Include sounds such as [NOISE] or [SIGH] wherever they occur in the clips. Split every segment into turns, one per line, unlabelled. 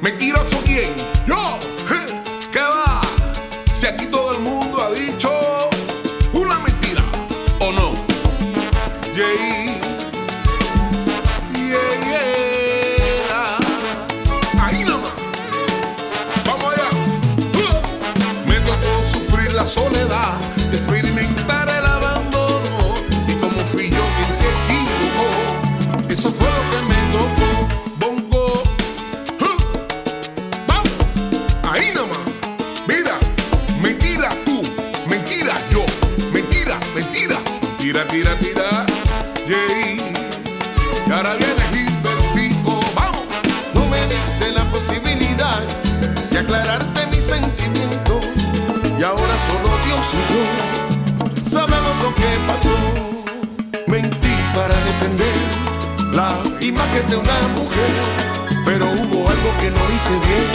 ¿Mentiroso quién? ¡Yo! ¿Qué va? Si aquí todo el mundo ha dicho una mentira, ¿o no? Yeah. Yeah, yeah. Ahí nomás. Vamos allá. Uh. Me tocó sufrir la soledad, experimentar el abandono. Y como fui yo quien se equivocó, eso fue lo que me tocó. Bongo. Uh. Vamos. Ahí nomás. Mira, mentira tú, mentira yo, mentira, mentira. Tira, tira, tira. Yeah. Y ahora viene Gilbertico, vamos.
No me diste la posibilidad de aclararte mis sentimientos. Y ahora solo Dios y yo sabemos lo que pasó. Mentí para defender la imagen de una mujer. Pero hubo algo que no hice bien.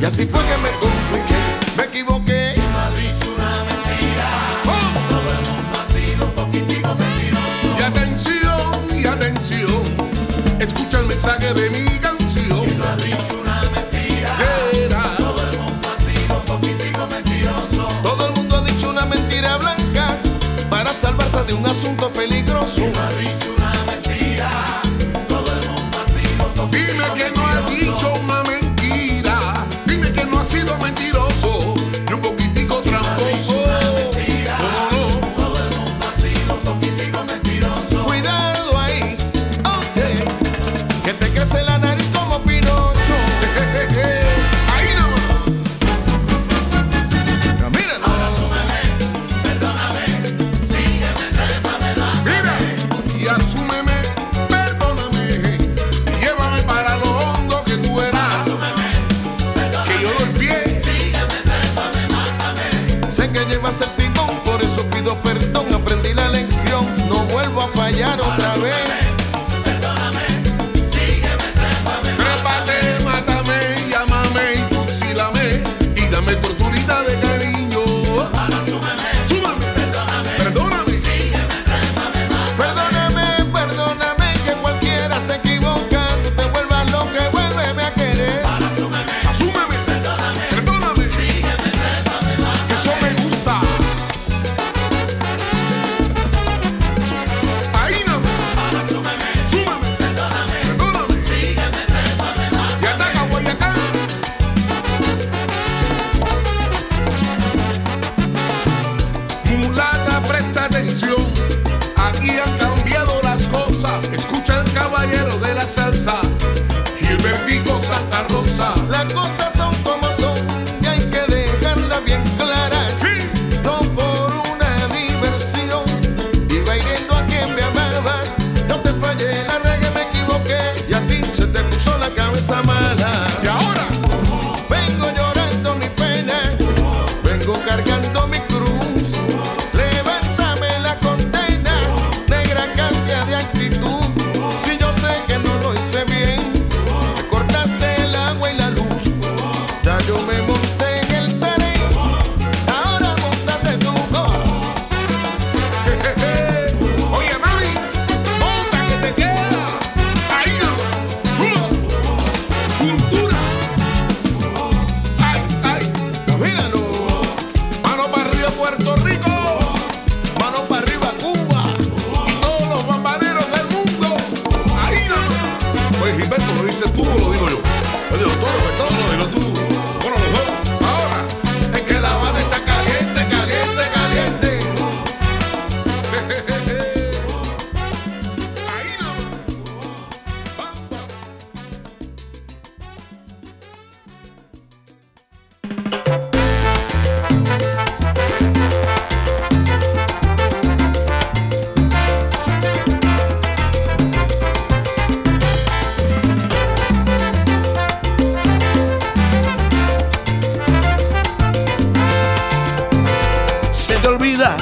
Y así fue que me compliqué, me equivoqué.
¡Oh! Y atención, y atención. Escucha el mensaje de mi canción. Y no has dicho una mentira.
Todo el mundo ha dicho una mentira blanca para salvarse de un asunto peligroso.
Dime que no has dicho una mentira. Dime que no has sido mentiroso. Y un poquitico tramposo. No, no, no.
Cuidado ahí, ok, que te crece la nariz como Pinocho.
Jejeje. Ahí nomás.
Camina,
Mira, y asúmeme, perdóname, y llévame para lo hondo que tú eras. Que yo doy pie,
sé que llevas el timón, por eso pido perdón. Aprendí la lección, no vuelvo a fallar otra vez.
trépate, mátame, llámame y fusílame, y dame torturita de cariño. Súmame, perdóname,
Perdóname, perdóname que cualquiera se equivoca. No te vuelvas loca, y vuélveme a querer.
asúmeme, perdóname, eso me gusta. Ahí nomás, súmame, perdóname. Y ataca Guayacán. Mulata, presta atención. Aquí han cambiado las cosas. Escucha el caballero de la salsa. Gilbertico Santa Rosa.
Las cosas son como son y hay que dejarla bien clara.
Sí.
No por una diversión iba hiriendo a quien me amaba. No te fallé, la regué, me equivoqué y a ti se te puso la cabeza mala.
Y ahora, [LAUGHS]
Vengo llorando mi pena, vengo cargando mi cruz. Levántame la condena, negra cambia de actitud. Si yo sé que no lo hice bien, me cortaste el agua y la luz. Ya yo me monté en el tren, ahora montate tú.
jejeje. Oye, mami, ponta que te queda. Ahí no. Uh, Cultura. Ay, ay.
Camínalo,
Mano para arriba, Puerto Rico.
mano para arriba Cuba.
y todos los bambaneros del mundo. Ahí no. Oye, Gilberto, ¿lo dices tú o lo digo yo? Lo digo todo, pues todo, lo digo tú. Bueno, los dos. Ahora, es que la banda está caliente, caliente, caliente. [LAUGHS] Ahí no. Bamba.
Se te olvida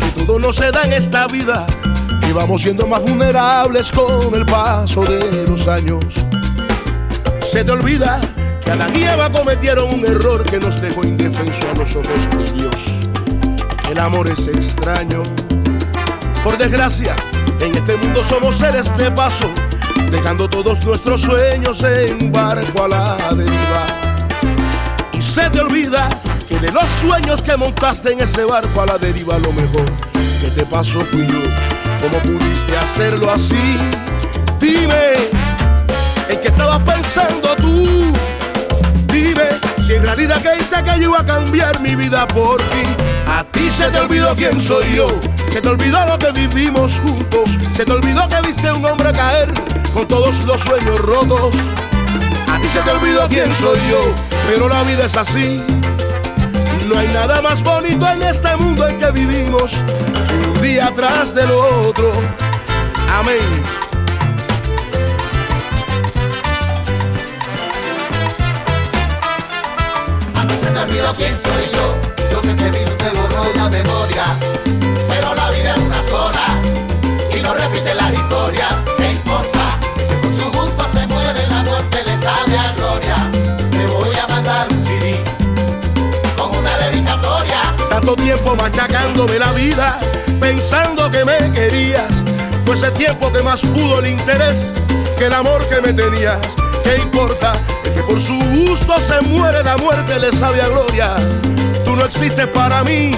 que todo no se da en esta vida y vamos siendo más vulnerables con el paso de los años. Se te olvida que Adán y Eva cometieron un error que nos dejó indefenso a los ojos de Dios. El amor es extraño. Por desgracia, en este mundo somos seres de paso
dejando todos nuestros sueños en barco a la deriva. Y se te olvida que de los sueños que montaste en ese barco a la deriva, lo mejor que te pasó fui yo. ¿Cómo pudiste hacerlo así? Dime, ¿en qué estabas pensando tú? Dime si en realidad creíste que yo iba a cambiar mi vida por ti. A ti se te olvidó quién soy yo, se te olvidó lo que vivimos juntos, se te olvidó que viste a un hombre caer con todos los sueños rotos. A ti se te olvidó quién soy yo, pero la vida es así. No hay nada más bonito en este mundo en que vivimos que un día atrás del otro. Amén.
A mí se te olvidó quién soy yo. Yo sé que vino usted borró la memoria. Pero la vida es una sola y no repite las historias. ¿Qué importa? Con su gusto se muere, la muerte le sabe a gloria. Te voy a mandar un CD con una dedicatoria.
Tanto tiempo machacándome la vida, pensando que me querías. Fue ese tiempo que más pudo el interés que el amor que me tenías. ¿Qué importa? El que por su gusto se muere, la muerte le sabe a gloria. Tú no existes para mí,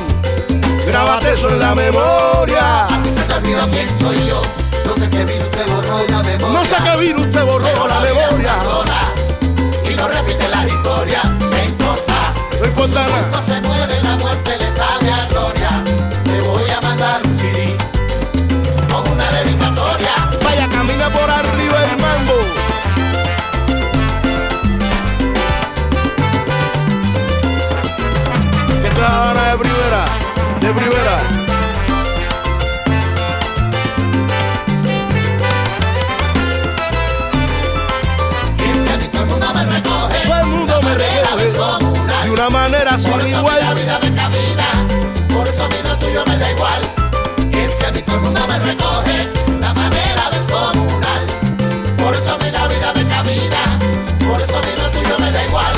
grábate eso en la memoria.
A mí se te olvidó quién soy yo. Yo sé que vino usted borró la memoria.
No sé qué virus te borró
Pero
la
vida es
memoria.
una sola y no repite las historias. ¿Qué importa?
No importa nada.
Esto se muere, la muerte le sabe a gloria. Te voy a mandar un CD con una dedicatoria.
Vaya, camina por arriba el mambo. Que esta es la Habana de primera, de primera.
Y es que Este a mí todo el mundo me recoge.
Todo el mundo me recoge de una manera
Por
sin
eso a mí la
igual.
vida me camina. Por eso a mí lo tuyo me da igual. Y es que a mí todo el mundo me recoge de una manera descomunal. Por eso a mí la vida me camina. Por eso a mí lo tuyo me da igual.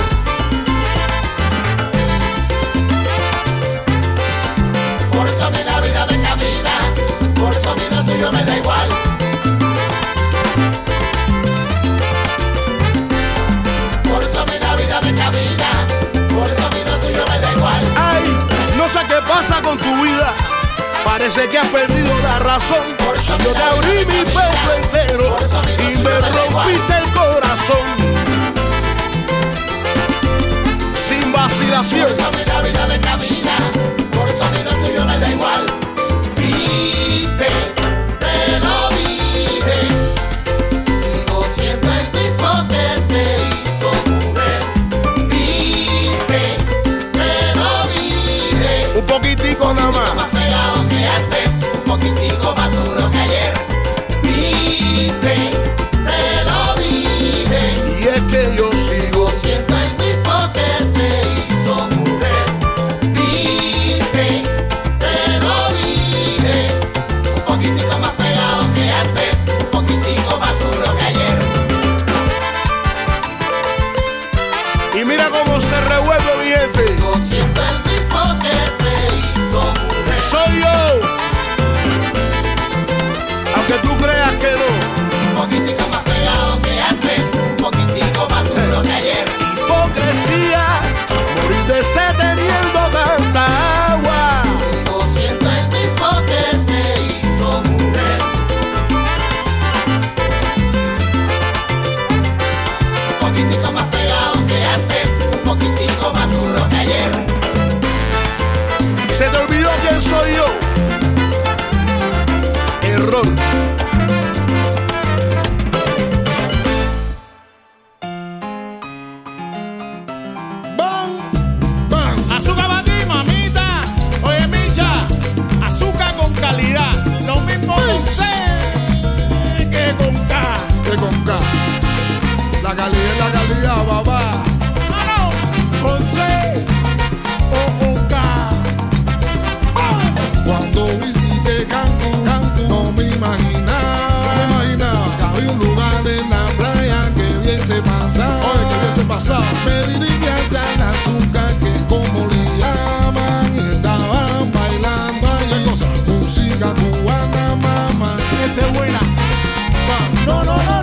Por eso a mí la vida me camina. Por eso a mí lo tuyo me da igual. Por eso a mí la vida me camina. Por eso a mí lo tuyo me da igual.
Ay, no sé qué pasa con tu vida. Parece que has perdido la razón. Yo te abrí mi pecho entero y me rompiste el corazón. Sin
Por
vacilación.
eso a mí la vida me camina, por eso a mí lo tuyo me da igual. Viste, te lo dije, sigo siendo el mismo que te hizo mujer. Viste, te lo dije,
Un poquitico nada más.
más pegado que antes, un poquitico más duro que ayer. Viste, te lo dije,
Y es que yo sigo
sigo siendo el mismo que te hizo mujer. Viste, te lo dije, un poquitico más pegado que antes, un poquitico más duro que ayer.
Y mira cómo se revuelve mi gente.
Sigo siendo el mismo que te hizo mujer.
Soy yo. Aunque tú creas que no.
Un poquitico más pegado que antes, un poquitico más duro que ayer.
Hipocresía. Morirte sé teniendo tanta agua.
Sigo siendo el mismo que te hizo mujer. Un poquitico más pegado que antes, un poquitico más duro que ayer.
Se te olvidó quién soy yo. Error.
Azúcar para ti, mamita. Oye, Micha, azúcar con calidad. Lo mismo con C que con K.
Que con K. La calidad es la calidad, papá.
Ah, no, con C o con K.
Cuando visité Cancún, no me imaginaba, no me imaginaba que había un lugar en la playa que viese pasar. Oye, que viese pasar. Me dirigí hacia la azúcar que como le llaman y estaban bailando allí. Música cubana, mamá.
Esa es buena.
pa.
No, no, no, no,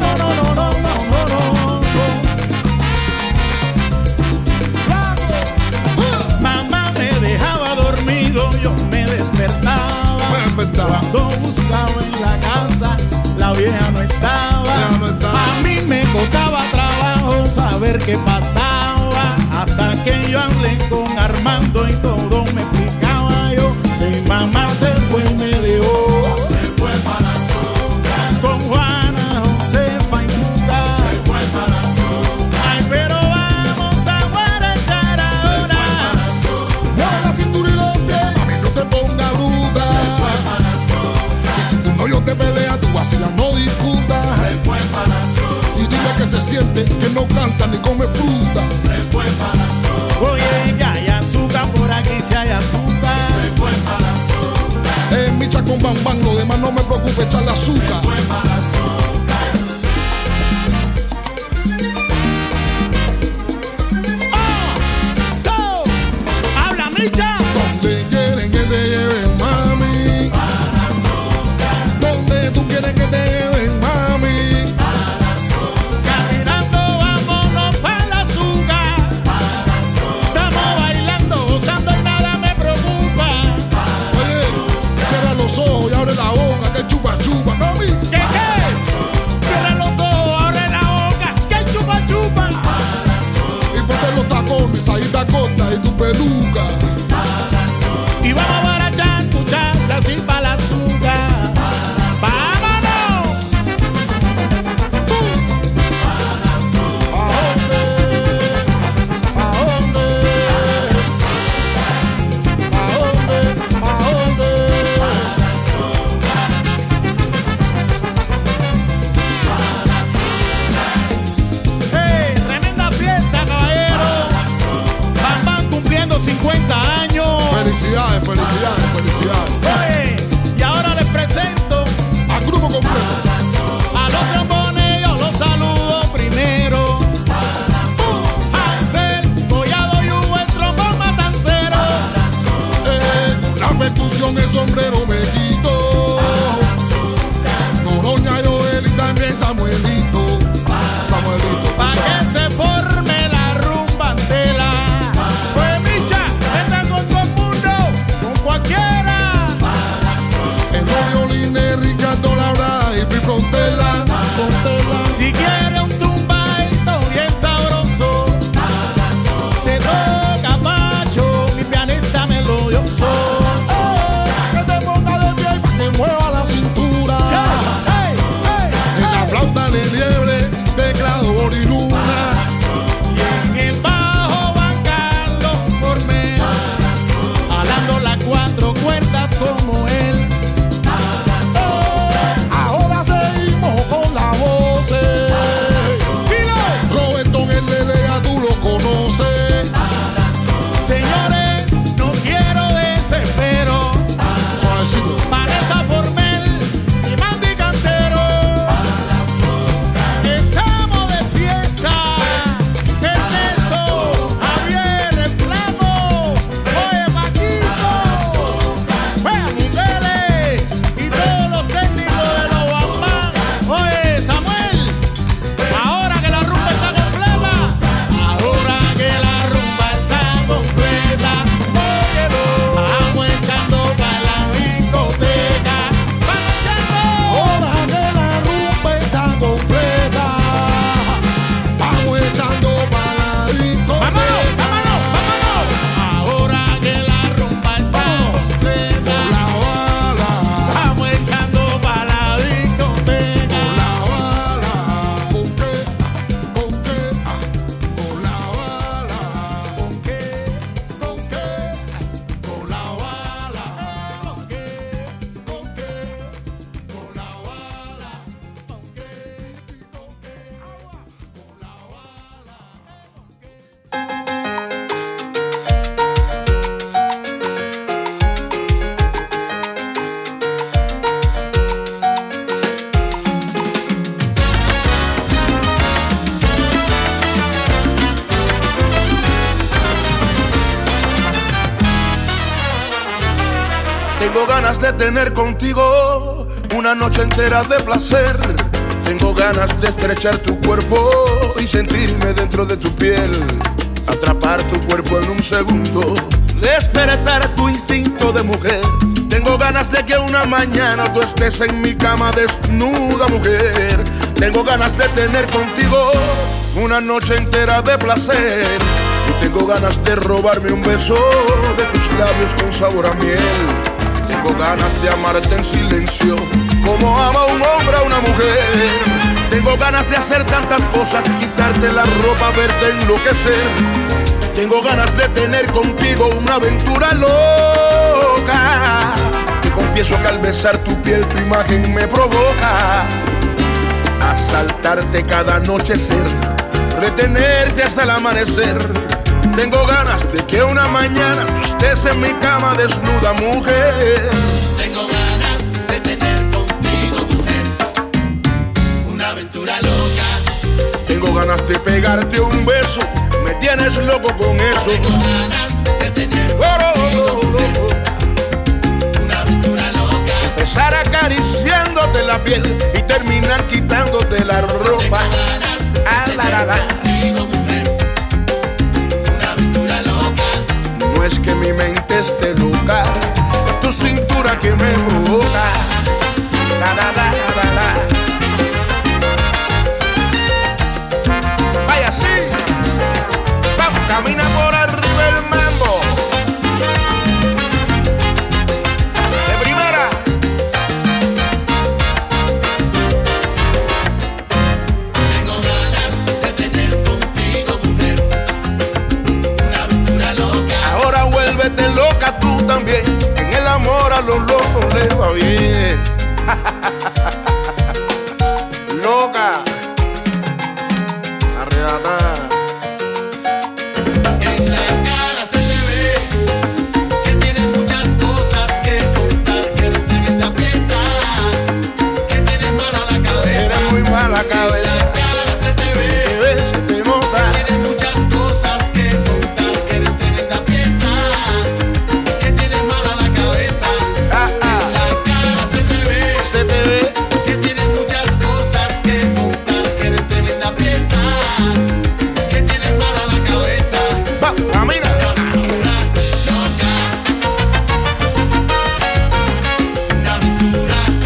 Uh.
yo me despertaba.
Me despertaba.
Cuando buscaba en la casa, la vieja no estaba.
vieja no estaba.
A mí me costaba trabajo saber qué pasaba. Hasta que yo hablé con Armando y todo me explicaba yo. Mi mamá se fue y me dejó. Se fue para Azúcar. Con Juana, Josefa y Luca. Se fue para Azúcar. Ay, pero vamos a guarachar ahora.
Mueve la cintura y los pies, mami, no te pongas bruta. Y si tu novio te pelea, tú vacilas, no discutas. Y dile que se siente, que no canta ni come fruta.
Oye, ya hay azúcar por aquí, si hay azúcar.
En micha con bambán, lo demás no me preocupe, echarle azúcar.
¡Oh! ¡Go! ¡Habla, Micha!
Donde quieren que te lleven, mami. Donde tú quieres que te lleven, mami.
Caminando, vámonos para la azúcar. Estamos bailando, gozando y nada me preocupa.
Oye, cierra los ojos y abre la boca, que chupa chupa, mami.
¿Qué qué? Cierra los ojos, abre la boca, que chupa chupa.
Y ponte los tacones, ahí te acostas y tu peluca.
Y vamos a barachar, muchachas, y para la azúcar. ¡Vámonos!
¿A dónde? ¿A dónde? ¿A dónde? ¿A dónde?
¡Ey! ¡Tremenda fiesta, caballero! Van Van cumpliendo 50 años.
Felicidades, felicidades, felicidades.
Oye, y ahora les presento
Al grupo completo.
a los trombones, yo los saludo primero. Hansel, Collado y Hugo, el trombón matancero.
Eh, con la percusión el sombrero me quito. Noroña, Joel y también Samuelito. Samuelito, tú
Pa'
sabes.
que se forme la rumba entera. Pues micha, está con todo el mundo, con cualquiera.
En los violines, Ricardo Labra y mi frontera. Frontera.
Si quiere un tumbaito bien sabroso, te toca Pacho, mi pianista melodioso. Oh,
Eh, que te ponga de pie y pa' que mueva la cintura.
Ey, ey,
En la
ey.
flauta de liebre, teclado boriluna.
Y en el bajo van Carlos Cormel, alando las cuatro cuerdas como él.
Eh, ahora seguimos con la voz.
¡Dilo!
Roberto en el LLA, tú lo conoces.
Señores, no quiero desespero,
Suavecito.
Vanessa Formel y Mandy Cantero. Estamos de fiesta. Ernesto, Javier, el Flamo, Oye Paquito, Vea Miguel y todos los técnicos de los Guapán. Oye Samuel, ahora que la rumba está completa. Ahora que la rumba está completa. Oye, vamos echando para la discoteca. Vamos echando.
Ahora que la rumba está completa, vamos echando para la discoteca.
¡Vámonos, vámonos, vámonos! Ahora que la rumba está completa,
La bala,
vamos echando para la discoteca.
la bala, ¿con qué? ¿Con qué? Ah, Con la bala, ¿con qué? ¿Con qué? Con la bala, ¿con qué? ¿Con qué? Con la bala, ¿con qué? ¿Con qué? Agua, con la bala.
Tengo ganas de tener contigo una noche entera de placer. Tengo ganas de estrechar tu cuerpo y sentirme dentro de tu piel. Atrapar tu cuerpo en un segundo,
despertar tu instinto de mujer. Tengo ganas de que una mañana tú estés en mi cama desnuda, mujer. Tengo ganas de tener contigo una noche entera de placer. Y tengo ganas de robarme un beso de tus labios con sabor a miel. Tengo ganas de amarte en silencio, como ama un hombre a una mujer. Tengo ganas de hacer tantas cosas, quitarte la ropa, verte enloquecer. Tengo ganas de tener contigo una aventura loca. Te confieso que al besar tu piel tu imagen me provoca. Asaltarte cada anochecer, retenerte hasta el amanecer. Tengo ganas de que una mañana tú estés en mi cama desnuda, mujer.
Tengo ganas de tener contigo, mujer, una aventura loca.
Tengo ganas de pegarte un beso, me tienes loco con eso. Oh,
Tengo ganas de tener contigo, mujer, una aventura loca.
Empezar acariciándote la piel y terminar quitándote la
Tengo
ropa.
ganas de
Ah, la, la, la.
tener contigo, mujer, una aventura loca.
No es que mi mente esté loca, es tu cintura que me provoca. La, la, la, la, la. Vaya sí, vamos, camina por arriba el mambo. De primera.
Tengo ganas de tener contigo, mujer, una aventura loca.
Ahora vuélvete loca tú también. En el amor a los locos les va bien. [LAUGHS] loca. Arrebatada.
En la cara se te ve que tienes muchas cosas que contar, que eres tremenda pieza, que tienes mala la cabeza.
Era muy mala
En
cabeza.
la cara se te
Te
ve
ves, se te nota.
que tienes muchas cosas que contar, que eres tremenda pieza, que tienes mala la cabeza.
Ah,
En
ah,
la cara se te ve
se te ve.
que tienes muchas cosas que contar, que eres tremenda pieza, que tienes mala la cabeza.
Va, camina.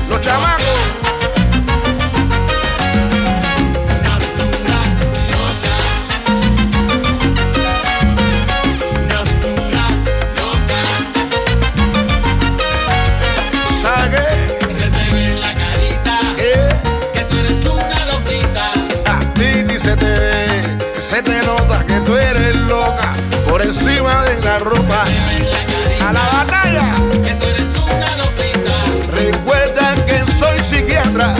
Los chamacos. Sague,
Se te ve en la carita
eh,
que tú eres una loquita.
a ti se te ve. Se te nota que tú eres loca por encima de la ropa.
Se te ve en la carita
A la batalla.
que tú eres una loquita.
Recuerda que soy psiquiatra,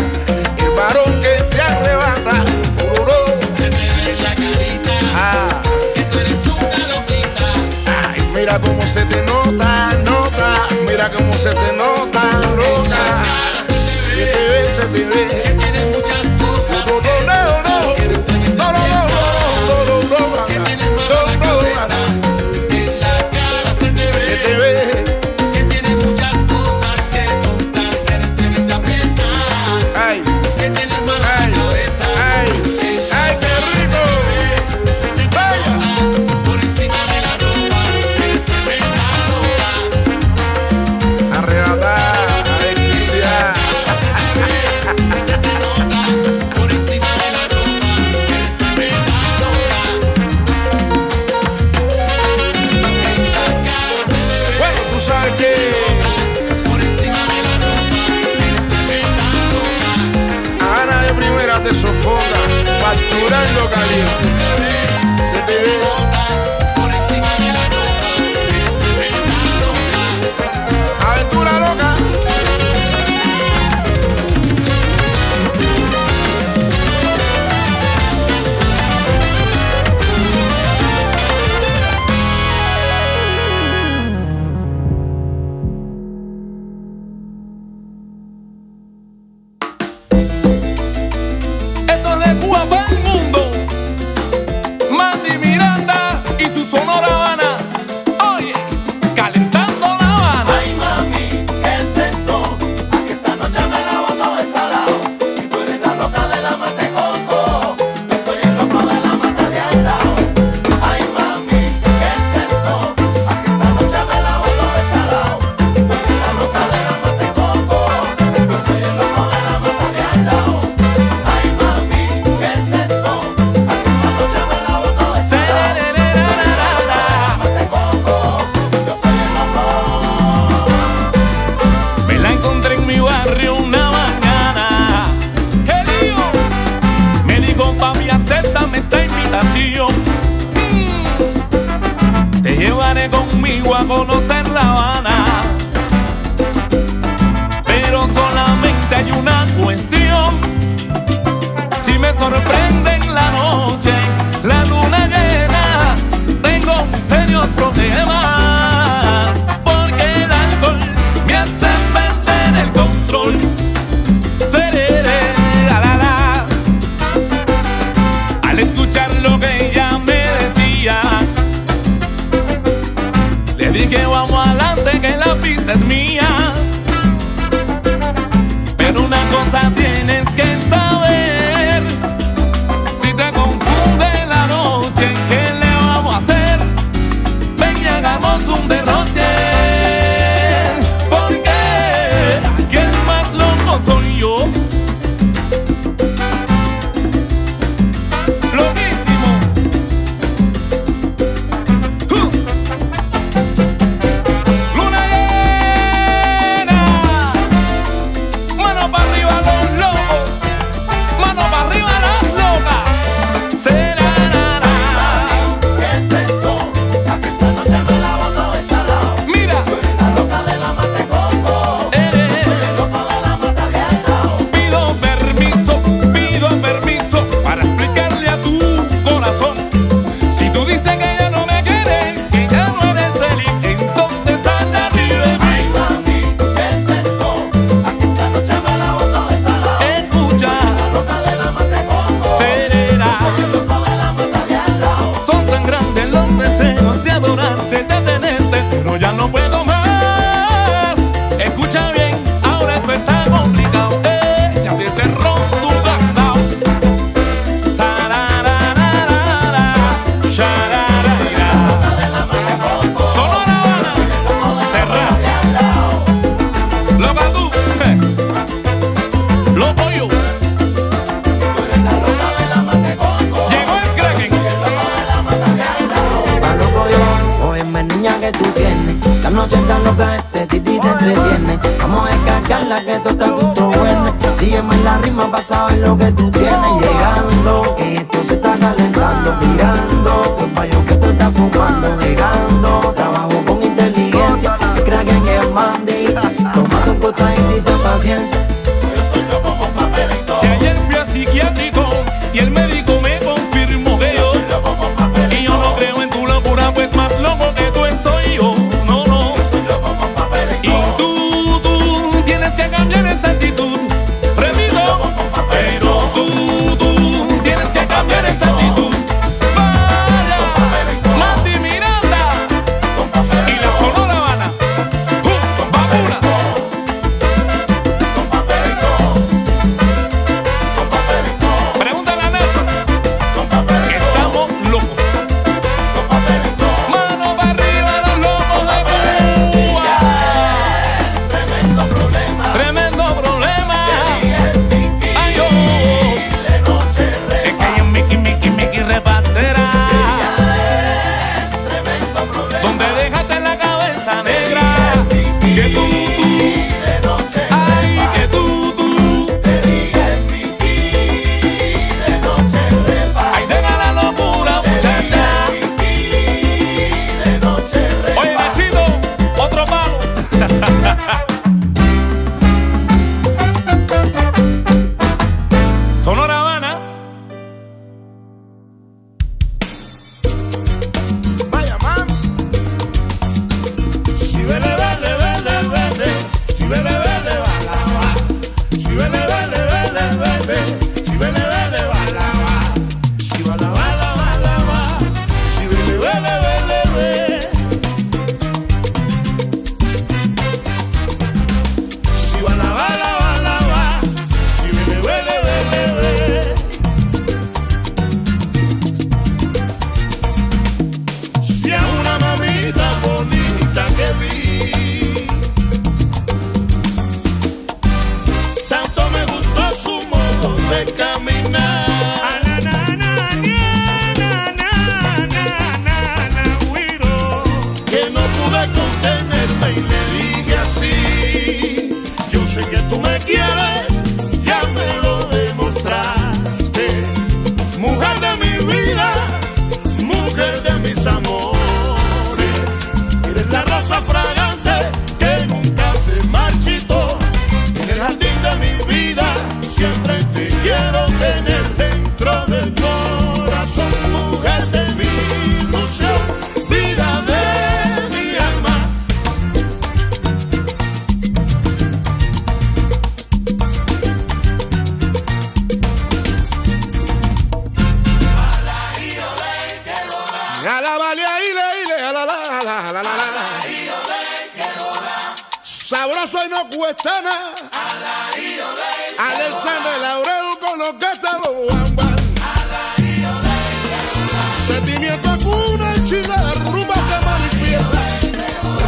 el varón que te arrebata. Ororo.
Se te ve en la carita
Ah,
que tú eres una loquita.
ay, mira cómo se te nota, nota. Mira cómo se te nota,
Ahora
nota.
se te
Se
ve
te ve, se te
que
ve.
tienes muchas cosas.
No, no, no, no.
Que eres tremenda
No, no, no, no, no, no, no,
Que tienes
no,
mala la
no, no.
cabeza. En la cara se te
Se te
ve
ve,
que tienes muchas cosas que contar, que eres tremenda pieza,
ay,
que tienes mala
ay,
la cabeza.
ay, ay, qué rico.
Se te nota por encima de la ropa, eres tremenda loca.
Arrebatar, Alexia.
Se te nota por encima de la ropa, eres tremenda loca. En la cara se te ve
Bueno, tú sabes que.
por encima de la ropa, eres tremenda loca.
Ana de primera te sofoca, facturando
Se
caliente.
te ve,
Se te ve,
nota por encima de la ropa, eres tremenda loca.
aventura loca.
Esto es de Cuba para el mundo. Mandy Miranda y
Mm.
me sorprende en la noche la luna llena. Tengo un serio problema porque el alcohol me hace perder el control. Serere, la, la, la. Al escuchar lo que ella me decía, le dije vamos adelante que la pista es mía. Pero una cosa tienes que saber Si te confunde la noche ¿Qué le vamos a hacer? Ven y hagamos un derroche Porque aquí el más loco soy yo Loquísimo ¡Uh! Luna llena Mano para arriba los locos, mano para arriba las locas. Será na, na.
¿Qué es esto? Aquí esta noche me la boto de salado.
Mira,
La loca de la mata de coco.
eres.
Loco de la mata de andao.
Pido permiso, pido permiso para explicarle a tu corazón. Si tú dices que ya no me quieres, que ya no eres feliz, entonces anda libre.
Ay, mami, ¿qué es esto? Aquí esta noche me la boto de salado.
Escucha,
La loca de la mata de coco.
será.
Loco de la mata de andao.
Son tan grandes los deseos de adorarte, de tenerte, pero ya no puedo más. Escucha bien, ahora esto está complicado. Eh, y así se rompe tu candado. Sarararara, shararara. Solo La Habana, cerrá. Loca tú, eh. Loco yo. Llegó el Kraken.
Pa' loco yo, óyeme niña que tú tienes Esta noche está loca, este titi te entretiene Vamos a escacharla que tú estás gusto bueno Sígueme en la rima pa' saber lo que tú tienes Llegando, que esto se está calentando Mirando, pues pa' yo que tú estás fumando Llegando, trabajo con inteligencia El crack en el mandi Toma tu costa y tita paciencia
Si ayer fui a psiquiátrico y el médico me confirmó que yo Y yo no creo en tu locura, pues más loco que tú estoy yo No, no Y tú, tú, tienes que cambiar esa actitud Repito Pero tú, tú, tienes que cambiar esa actitud Vaya Mati Miranda Y la Sonora Habana ¡Uh! ¡Vacuna! Pregúntale a Nelson que estamos locos. Mano para arriba los locos de Cuba. Tremendo problema. Ay, oh. Es que hay un Mickey, Mickey, Mickey repantera. Donde dejaste la cabeza negra. Que tú, tú. Ay, que tú, tú. Ahí deja la locura, muchacha. Oye, Nachito, otro palo. [LAUGHS] Sonora Habana.
Vaya man. Si vele, vele, vele, vele. Si vele, vele, va la va. Si vele, vele, vele, vele. Si vele, vele, va la va. Si va la va, la va, la va. Si vele, vele, vele, vele. Si va la va, la va, la va. Si vele, vele, vele, vele. y no cuesta nada. Alexander Laurel con los gatos los guambas. Sentimiento cuna y chila, rumba se manifiesta.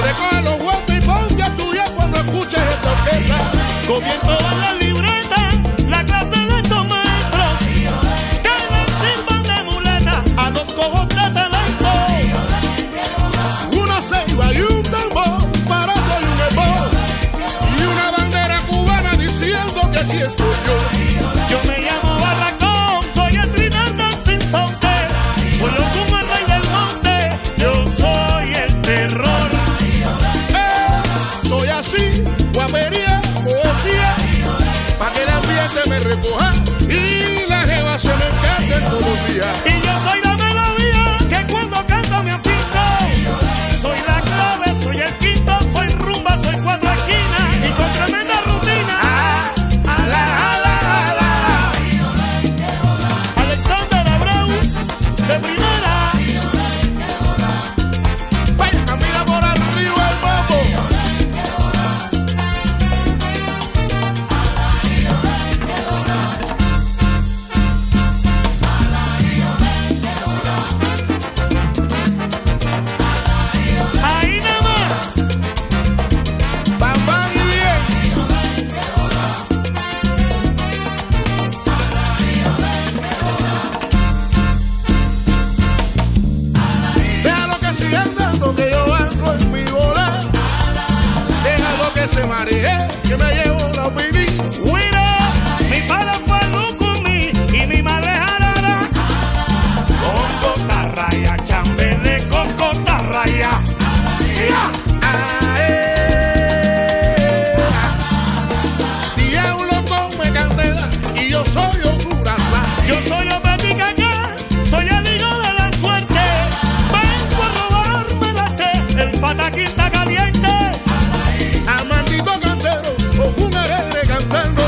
Recoge los guantes y ponte a estudiar cuando escuches esta orquesta.
Copien todas las libretas, la clase de estos maestros. Que les sirvan de muleta a los cojos de talento.
Una ceiba y un tambor, parado y un embol. Y una bandera cubana diciendo que aquí estoy yo.
Yo me llamo Barracón, soy el Trinidad sin sonte. Soy loco como el rey del monte, yo soy el terror.
Eh, soy así, guapería, poesía. Pa' que el ambiente me recoja y la jeva se me encargue todos los días.
Y yo soy la melodía que cuando canto me afinco. Soy la clave, soy el quinto, soy rumba, soy cuatro esquinas y con tremenda rutina.
Ala, ala, ala.
Alexander Abreu, de primera.
Ven, camina por arriba el mambo.
Ahí nada más,
Bam, bam y bien. Déjalo que siga andando, que yo ando en mi bola. Déjalo que se maree, que me llevo la opinión.
Guira, mi padre fue Lucumí y mi madre Jarara. Con cotarraya, chambele, con cotarraya. ¡Sia!
Diablo come candela y yo soy oscurazán.
Yo soy Opeti Cacá, soy el hijo de la suerte. Vengo a robarme la che, el pataquín está caliente.
Amandito cantero, con un alegre cantando.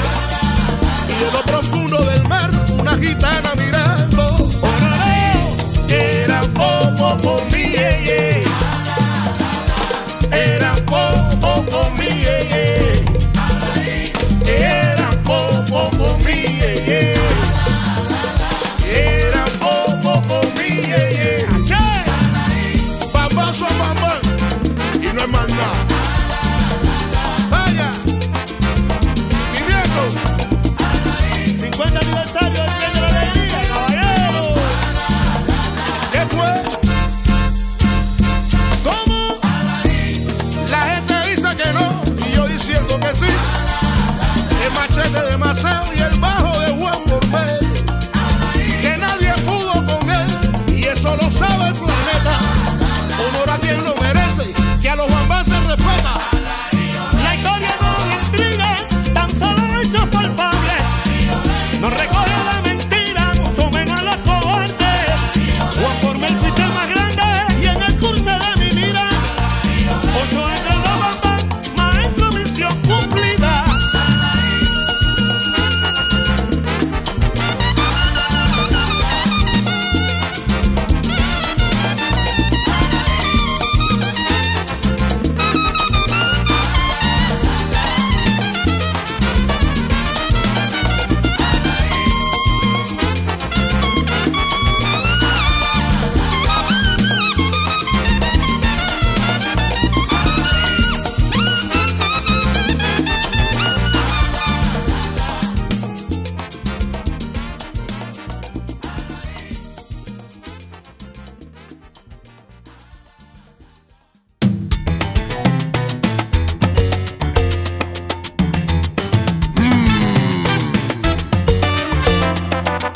Y en lo profundo del mar, una gitana mirando.
Orareo,
Era poco por mi yeye. Era poco por mi yeye. Era poco por mi yeye. Era poco eh, por mi yeye.
che,
Papazo a papá y no es más nada. Vaya, mi viejo.
50 aniversario del tren de la alegría, caballero.
¿Qué fue?
¿Cómo?
La gente dice que no y yo diciendo que sí. El machete de Maceo y el bajo de Juan Gourmet. Que nadie pudo con él y eso lo sabe el planeta. Honor a quien lo merece, que a los Juan se respeta.
La historia con intrigas, tan solo hechos palpables. No recoge la mentira, mucho menos los cobardes. Juan Formel fuiste el más grande y en el curso de mi mira. Ocho años lo papá, maestro misión cumplida.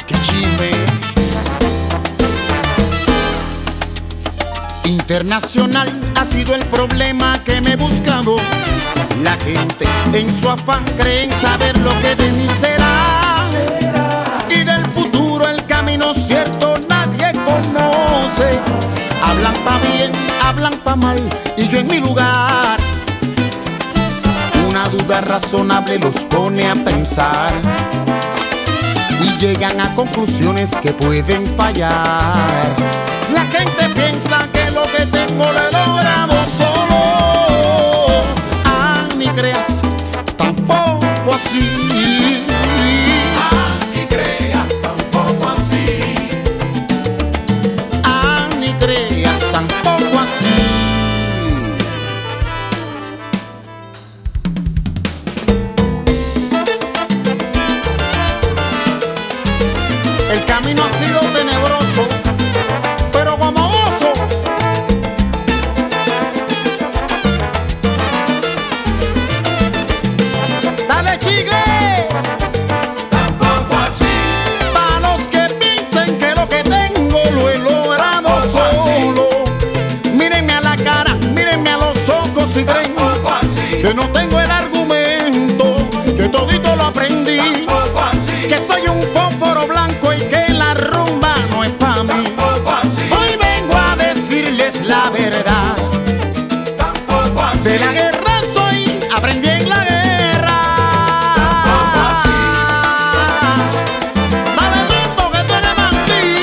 Qué chisme. Internacional ha sido el problema que me he buscado. La gente en su afán creen saber lo que de mí será. Y del futuro el camino cierto nadie conoce. Hablan pa' bien, hablan pa' mal y yo en mi lugar. Una duda razonable los pone a pensar y llegan a conclusiones que pueden fallar. La gente piensa que lo que tengo lo he logrado solo. Ah, ni creas así.
Ah, ni creas tampoco así.
Ah, ni creas tampoco así. El camino ha sido tenebroso, pero como gozo. Dale chicle.
Tampoco así.
Para los que piensen que lo que tengo lo he logrado solo. Mírenme a la cara, mírenme a los ojos y creen
Tampoco así.
que no tengo el argumento, que todito lo aprendí,
Tampoco así.
que soy un fósforo blanco y que la rumba no es para mí.
Tampoco así.
Hoy vengo a decirles la verdad.
Tampoco así.
De la guerra soy, aprendí en la guerra. Dale tiempo que tú eres mandí.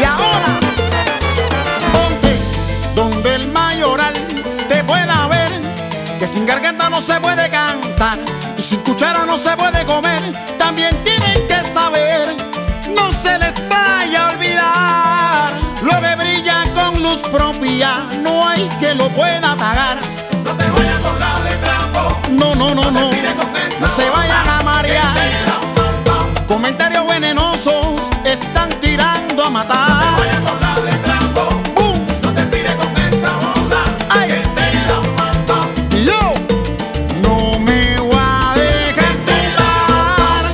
Y ahora, ponte donde el mayoral te pueda ver. Que sin garganta no se puede cantar y sin cuchara no se puede comer. También tienen que saber, no se les vaya a olvidar. Lo que brilla con luz propia, no hay que lo pueda apagar.
No te vayas por la de trapo.
No, no, no, no.
Mire con eso.
No se vayan a marear.
Te da un montón.
Comentarios venenosos están tirando a matar.
Vaya por la de trapo.
¡Bum!
No te tires con esa onda.
Ay.
Que te da un montón.
Yo no me voy a dejar tumbar.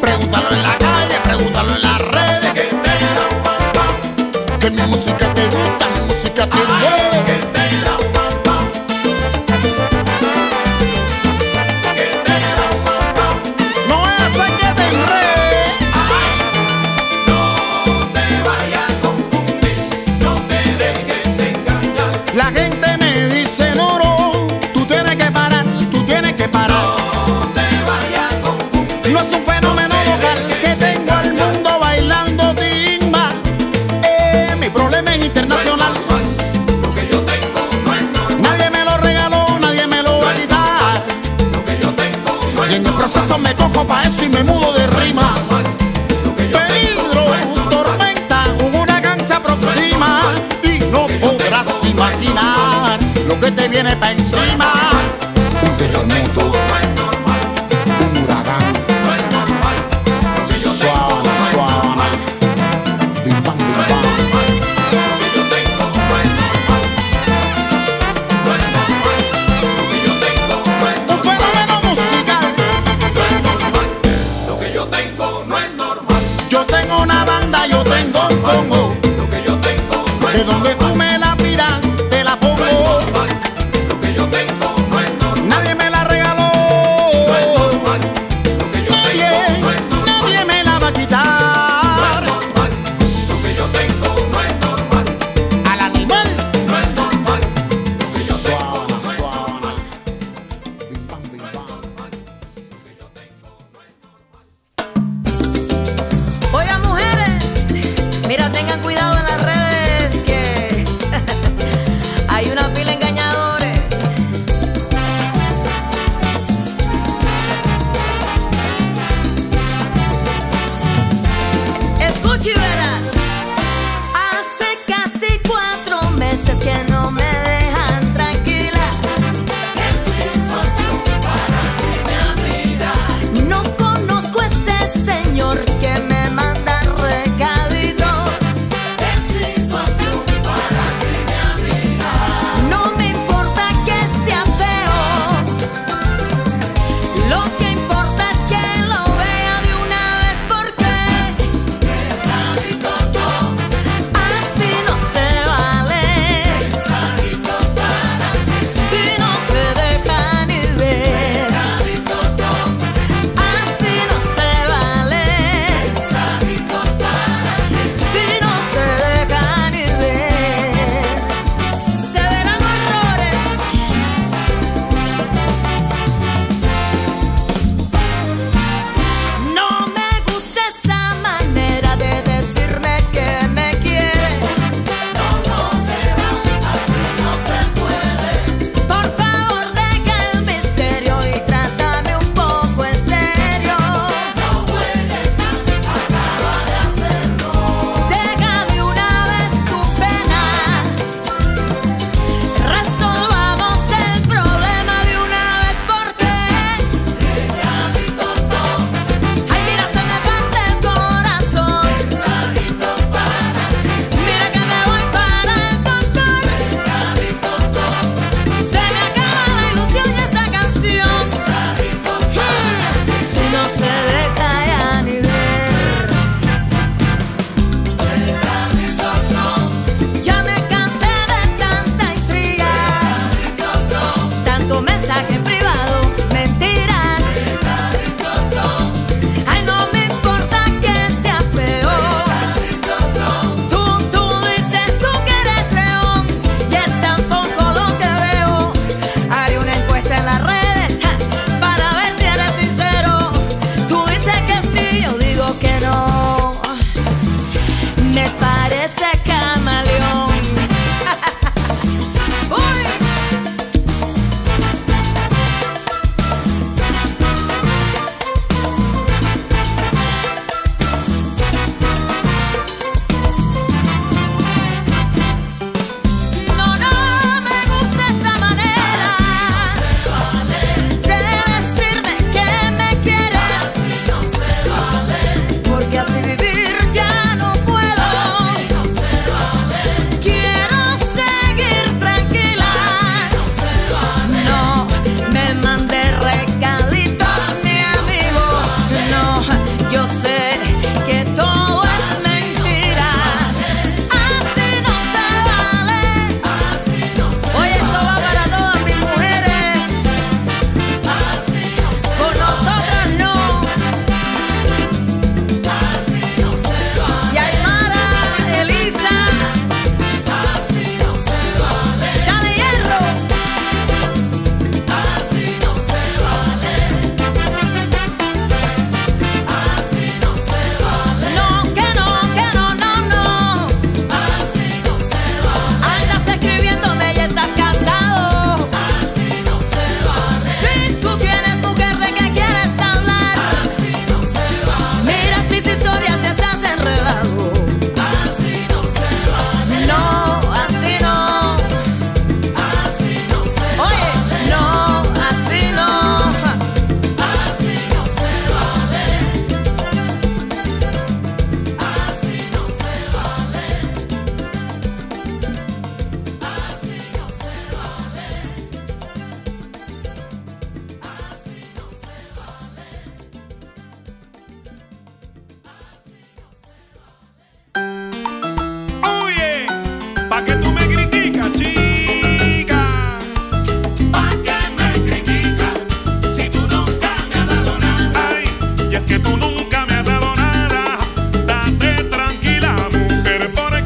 Pregúntalo en la calle, pregúntalo en las
Que
redes.
te da un montón.
Que mi música te gusta, mi música te
Ay,
mueve.
que te da un montón. Que te da un montón.
No hace que te enredes.
Ay, no te vayas a confundir. No te dejes engañar.
La gente me dice, Noro, tú tienes que parar, tú tienes que parar.
No te vayas a confundir.
No es un fenómeno local que tengo al mundo bailando timba. Eh, mi problema es internacional.
Lo que yo tengo no es normal.
Nadie me lo regaló, nadie me lo va a quitar.
Lo que yo tengo no
Y
es
en el
normal.
proceso me cojo pa' eso y me mudo de rima.
Lo que yo tengo
Peligro,
no es normal.
tormenta, un huracán se aproxima y no podrás imaginar lo que te viene pa' encima. Un terremoto,
No es normal.
un huracán,
No es normal. Lo que yo tengo
suave,
no es
suave.
normal.
Bim, bam, bim,
No es
bam.
normal. Lo que yo tengo no es normal. No es normal. Lo que yo tengo no es
Un
normal.
fenómeno musical.
No es normal. Lo que yo tengo no es normal.
Yo tengo una banda, yo tengo un congo.
Lo que yo tengo no
Que
es
donde tú
normal.
me la miras, te la
No es
pongo.
normal. Lo que yo tengo no es normal.
Nadie me la regaló.
No es normal, lo que yo
Nadie,
tengo no es normal.
nadie me la va a
No es
quitar.
normal, lo que yo tengo no es normal.
Al animal.
No es normal, lo que yo tengo
Suana,
no es
suana.
normal.
Bim, bam, bim, bam.
Lo que yo tengo no es normal.
Oigan mujeres, mira, tengan cuidado en las redes que [LAUGHS] hay una pila de engañadores. Escucha y verás. Hace casi cuatro meses que no me dejan tranquila. No conozco a ese señor que me manda recaditos. Es [LAUGHS]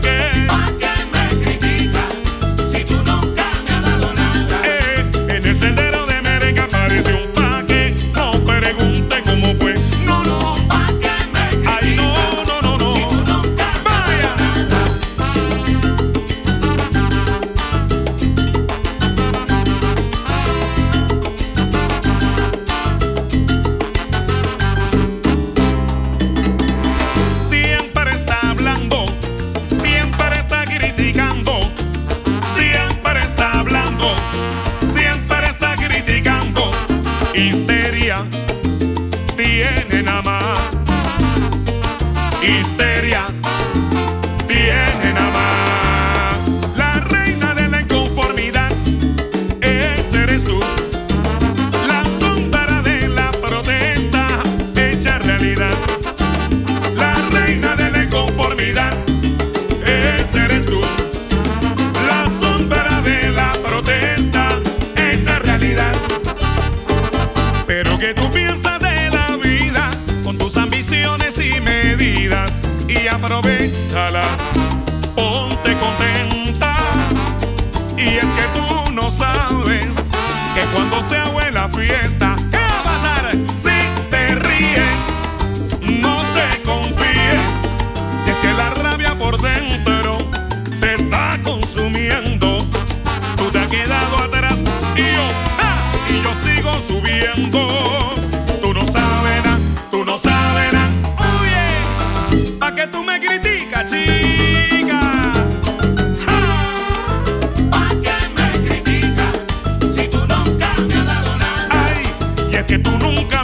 eh,
histeria tiene nada más. La reina de la inconformidad, ese eres tú. La zúmbara de la protesta, hecha realidad. La reina de la inconformidad, ese eres tú. La sombra de la protesta, hecha realidad. Pero que tú piensas de la vida con tus ambiciones y medidas y aprovechala. Ponte contenta. Y es que tú no sabes que cuando se abre la fiesta, ¿qué va a pasar? Si te ríes, no te confíes. Y es que la rabia por dentro te está consumiendo. Tú te has quedado atrás y yo, ¡ah! y yo sigo subiendo. Tú no sabes nada, tú no sabes nada. Oye, pa' que tú me criticas, chica. ¿Para qué me criticas si tú nunca me has dado nada? Ay,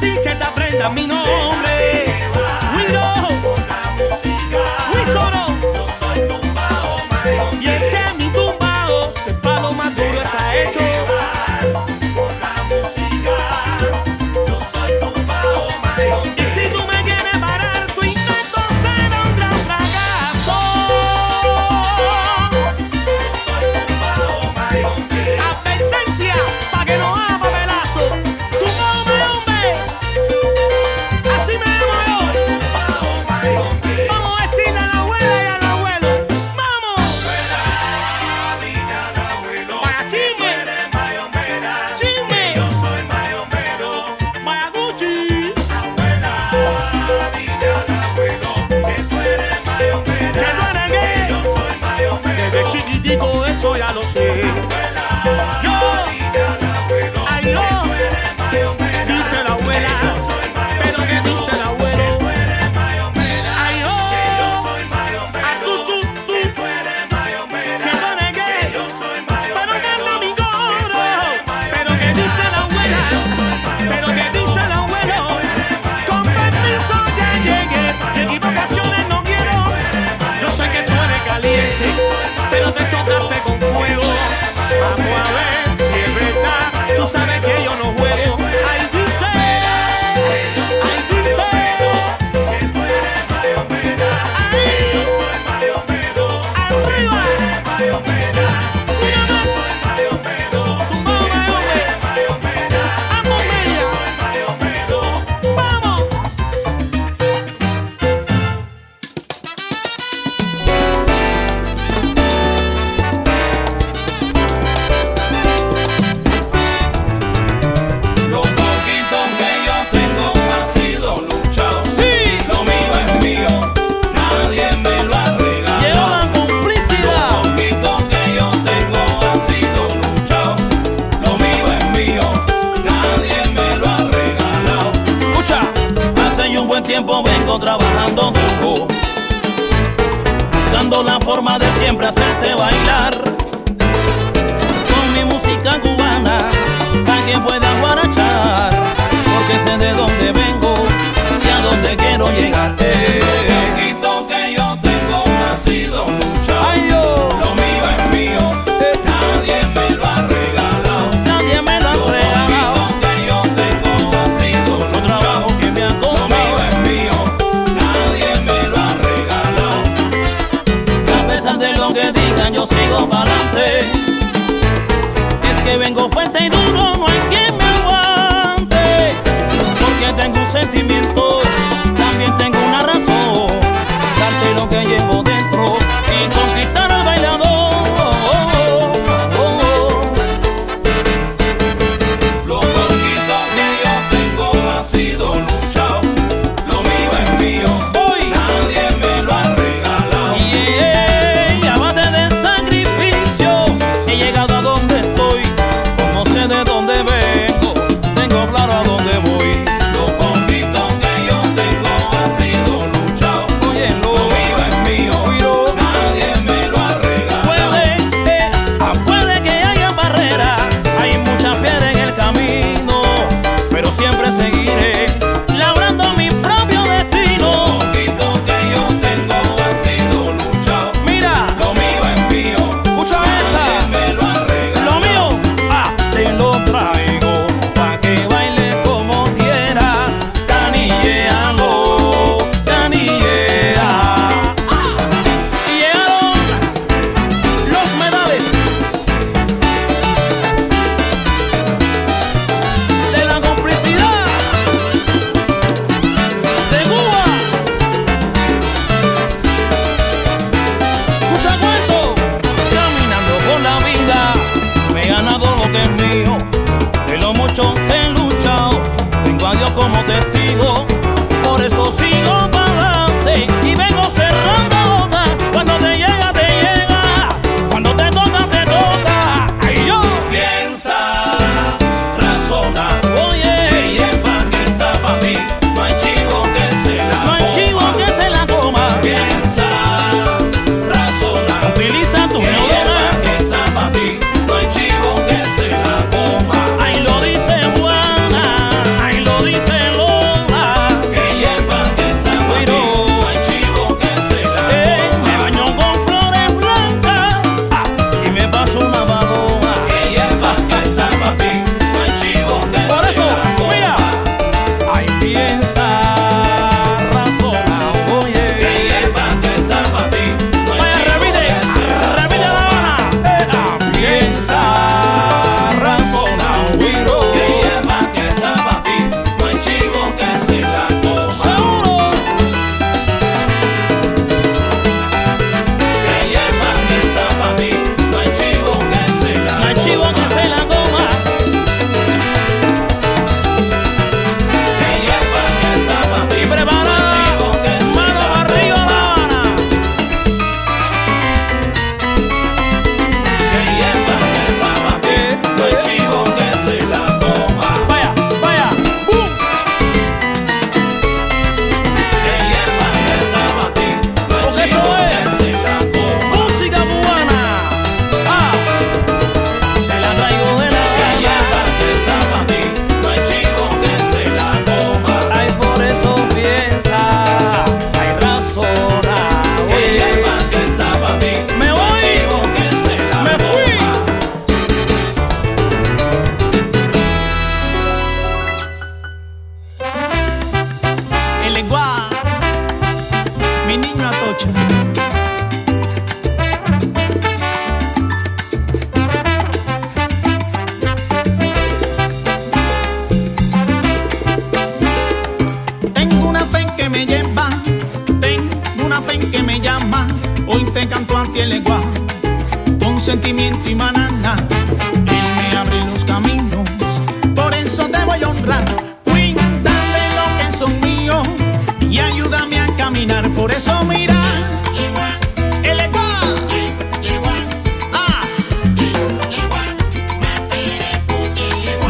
Pues grita mi nombre. Uy, no, uy, solo. Y es que mi tumbao, el palo más duro está hecho. Y si tú me quieres parar, tu intento será un gran fracaso. Advertencia pa' que no haga papelazo. Tú come, hombre. Así me amo yo. Vamos a decirle a la abuela y al abuelo. ¡Vamos! Vaya chisme. Chisme. Vaya Gucci. Que tú eres gay. Desde chiquitico eso ya lo sé. Yo, ay oh. yo, dice la abuela, pero que dice el abuelo. Ay yo, a tú, tú, tú, que tú eres gay, pero canta mi coro. Pero que dice la abuela, pero que dice el abuelo. Con permiso ya llegué, equivocaciones no quiero. Yo sé que tú eres caliente, pero te chocaste con fuego. Vamos a ver si es verdad. Tú sabes que yo no juego. Ay, dice, ay, dice, ay, arriba. Mira más. Tumbao, Mahomé. Amo Mella. Vamos.
Lo poquito que yo tengo ha sido luchado.
Sí.
Lo mío es mío, nadie me lo ha regalado.
Llevan complicidad.
Lo poquito que yo tengo ha sido luchado. Lo mío es mío, nadie me lo ha regalado.
Escucha.
Hace un buen tiempo vengo trabajando duro, buscando la forma de siempre hacerte bailar. Con mi música cubana, para que puedas guarachar, porque sé de dónde vengo y a dónde quiero llegar. El poquito que yo tengo ha sido lucha.
Ay, yo.
Lo mío es mío, nadie me lo ha regalado.
Nadie me la
Eh. Lo
regalado.
poquito que yo tengo ha sido
Yo
lucha.
trabajo que me ha
Lo mío
comprado.
es mío, nadie me lo ha regalado. A pesar de lo que digan, yo sigo para adelante.
ah,
Eh,
ah,
eh.
Eh, ah,
noche.
Tengo una fe en que me lleva, tengo una fe en que me llama. Hoy te canto a ti el lenguaje, con sentimiento y manana. Él me abre los caminos, por eso te voy a honrar. Cuéntale lo que son míos y ayúdame a caminar. Por eso mira. el lenguaje. Ah.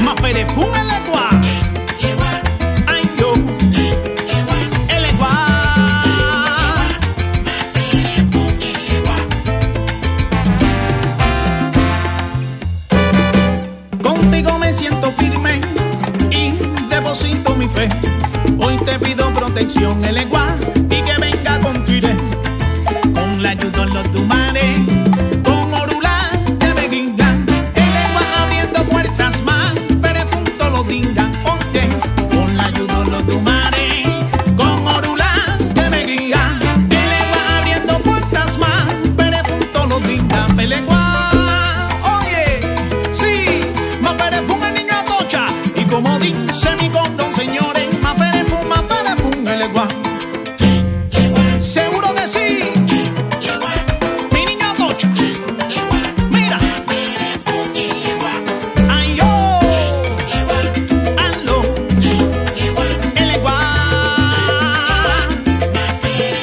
Maperefú, el lenguaje. Ay, yo. El Eguá. Contigo me siento firme y deposito mi fe. Hoy te pido protección, el Eguá, y que venga con tu iré. Con la ayuda de los tumares, con Orulá que me guindan. El Eguá abriendo puertas más, pero junto lo dingan. Oye, con la ayuda de los tumares, con Orulá que me guían. El Eguá abriendo puertas más, pero junto lo dingan. El Eguá, oye, sí, más pero fuma niño atocha. Y como dice mi condón, señores, más pero fuma, pero fuma el Eguá. Seguro que sí. Mi niña tocha, mira, ay yo, ando, Ah. Ah, eh.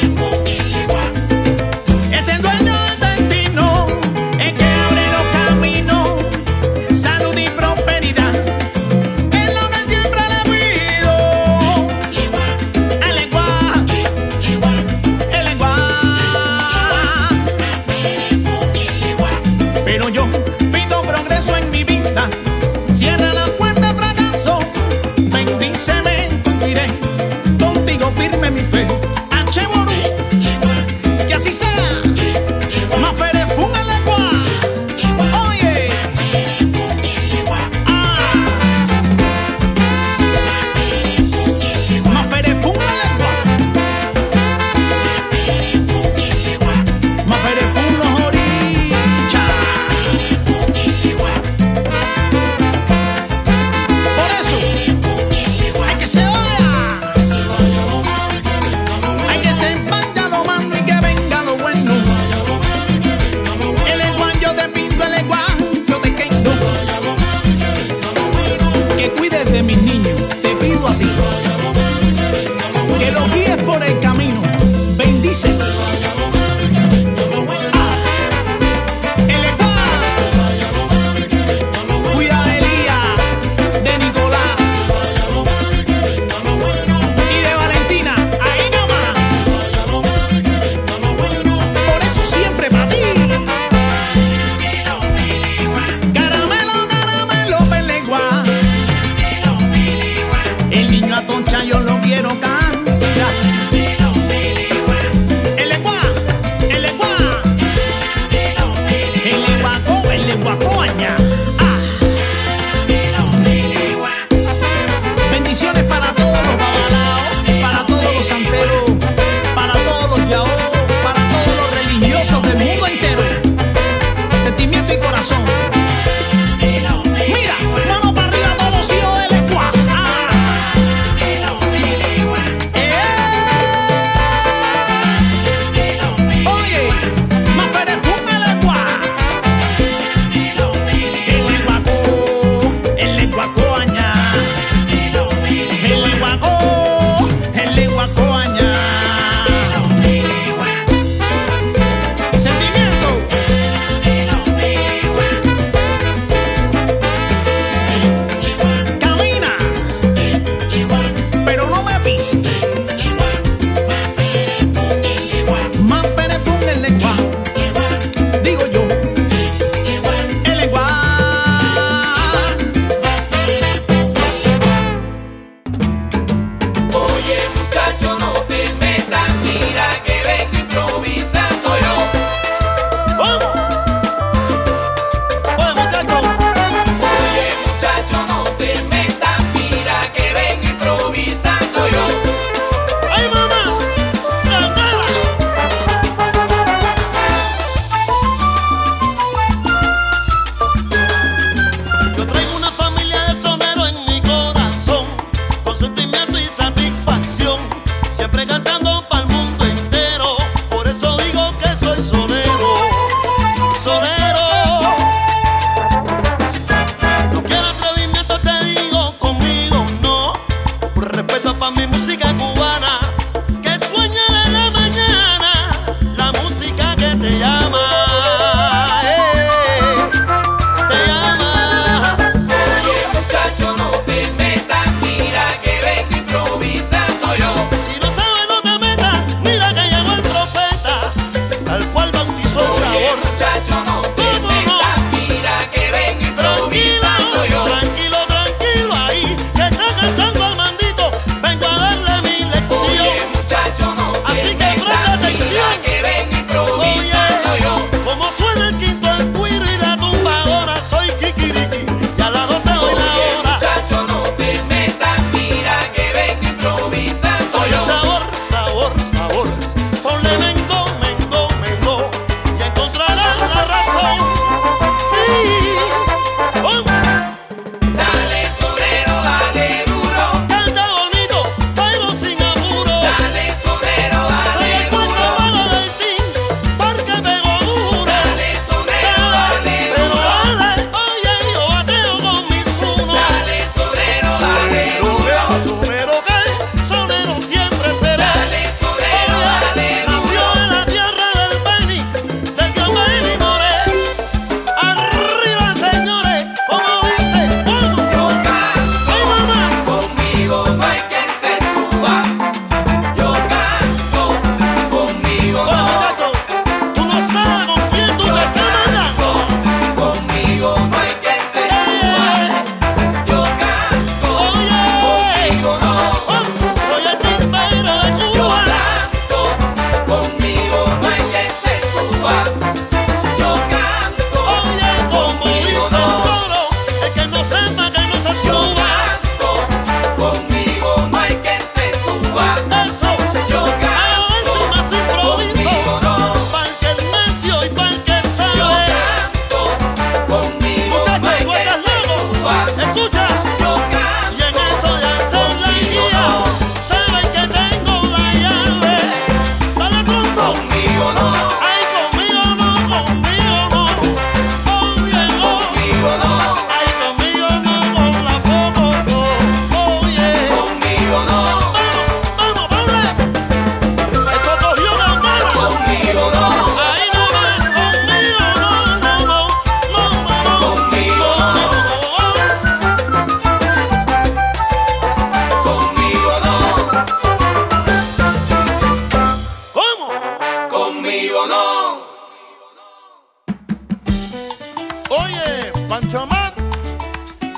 Eh,
Este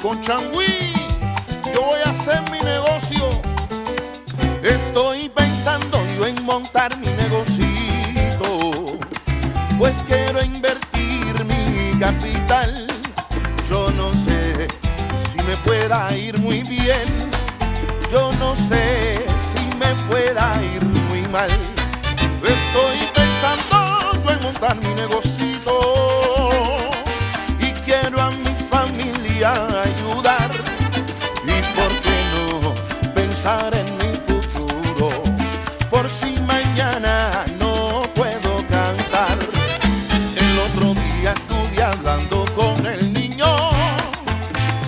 Oh, ah,
changüí, yo voy a hacer mi negocio. Estoy pensando yo en montar mi negocito, pues quiero invertir mi capital. Yo no sé si me pueda ir muy bien, yo no sé si me pueda ir muy mal. Estoy pensando yo en montar mi negocito y quiero a mi familia ayudar. ¿Y por qué no pensar en mi futuro? Por si mañana no puedo cantar. El otro día estuve hablando con el niño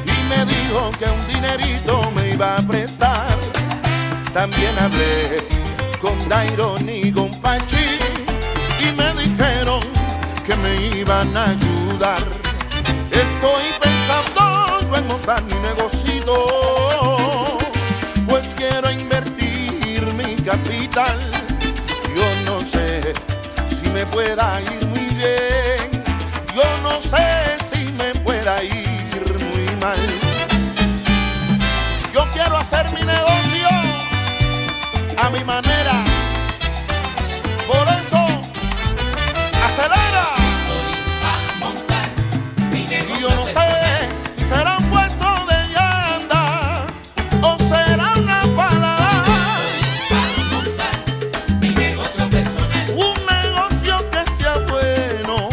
y me dijo que un dinerito me iba a prestar. También hablé con Dairon y con Pachi y me dijeron que me iban a ayudar. Estoy pensando yo en montar mi negocito, pues quiero invertir mi capital. Yo no sé si me pueda ir muy bien, yo no sé si me pueda ir muy mal. Yo quiero hacer mi negocio a mi manera. Por eso, acelera. Y yo no sé si será un puesto de llantas o será una palada. Un negocio que sea bueno,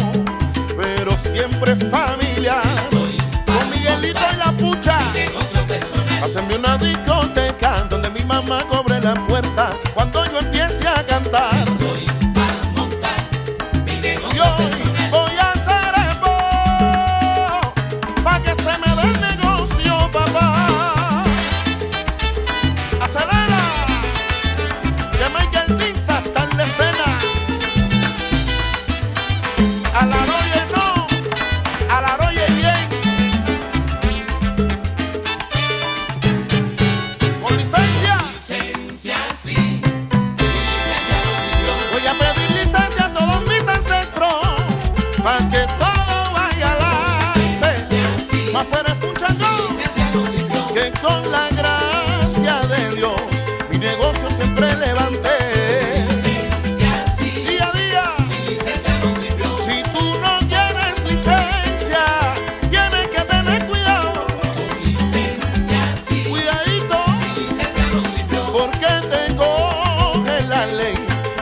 pero siempre familiar. Con Miguelito y la pucha. Hacenme una discoteca donde mi mamá cobre la puerta cuando yo empiece a cantar. Yo voy a hacer el bo, pa' que se me dé el negocio, papá. Acelera, que Michael Dixon está en la escena. A la roya no, a la roya bien, con licencia. Voy a pedir licencia a todos mis ancestros para que todo vaya al Más fuera es un changón que con la gracia de Dios mi negocio siempre levanté. Día a día, si tú no tienes licencia, tienes que tener cuidado. Cuidadito. Porque te coge la ley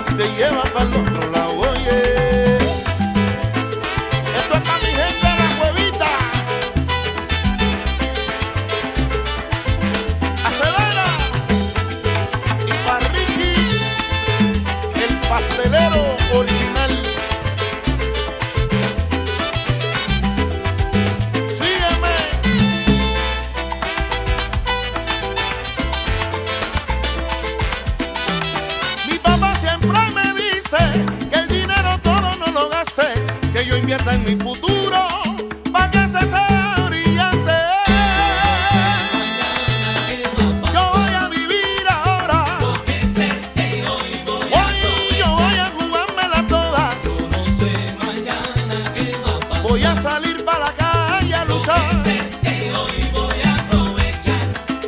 y te lleva para el otro lado, oye. Esto es para mi gente de la cuevita. Acelera. Y para Ricky, el pastelero original. Sígueme. Mi papá siempre me dice que el dinero todo no lo gaste, que yo invierta en mi futuro para que se sea brillante. Yo voy a vivir ahora, hoy yo voy a jugármela toda. Voy a salir para la calle a luchar.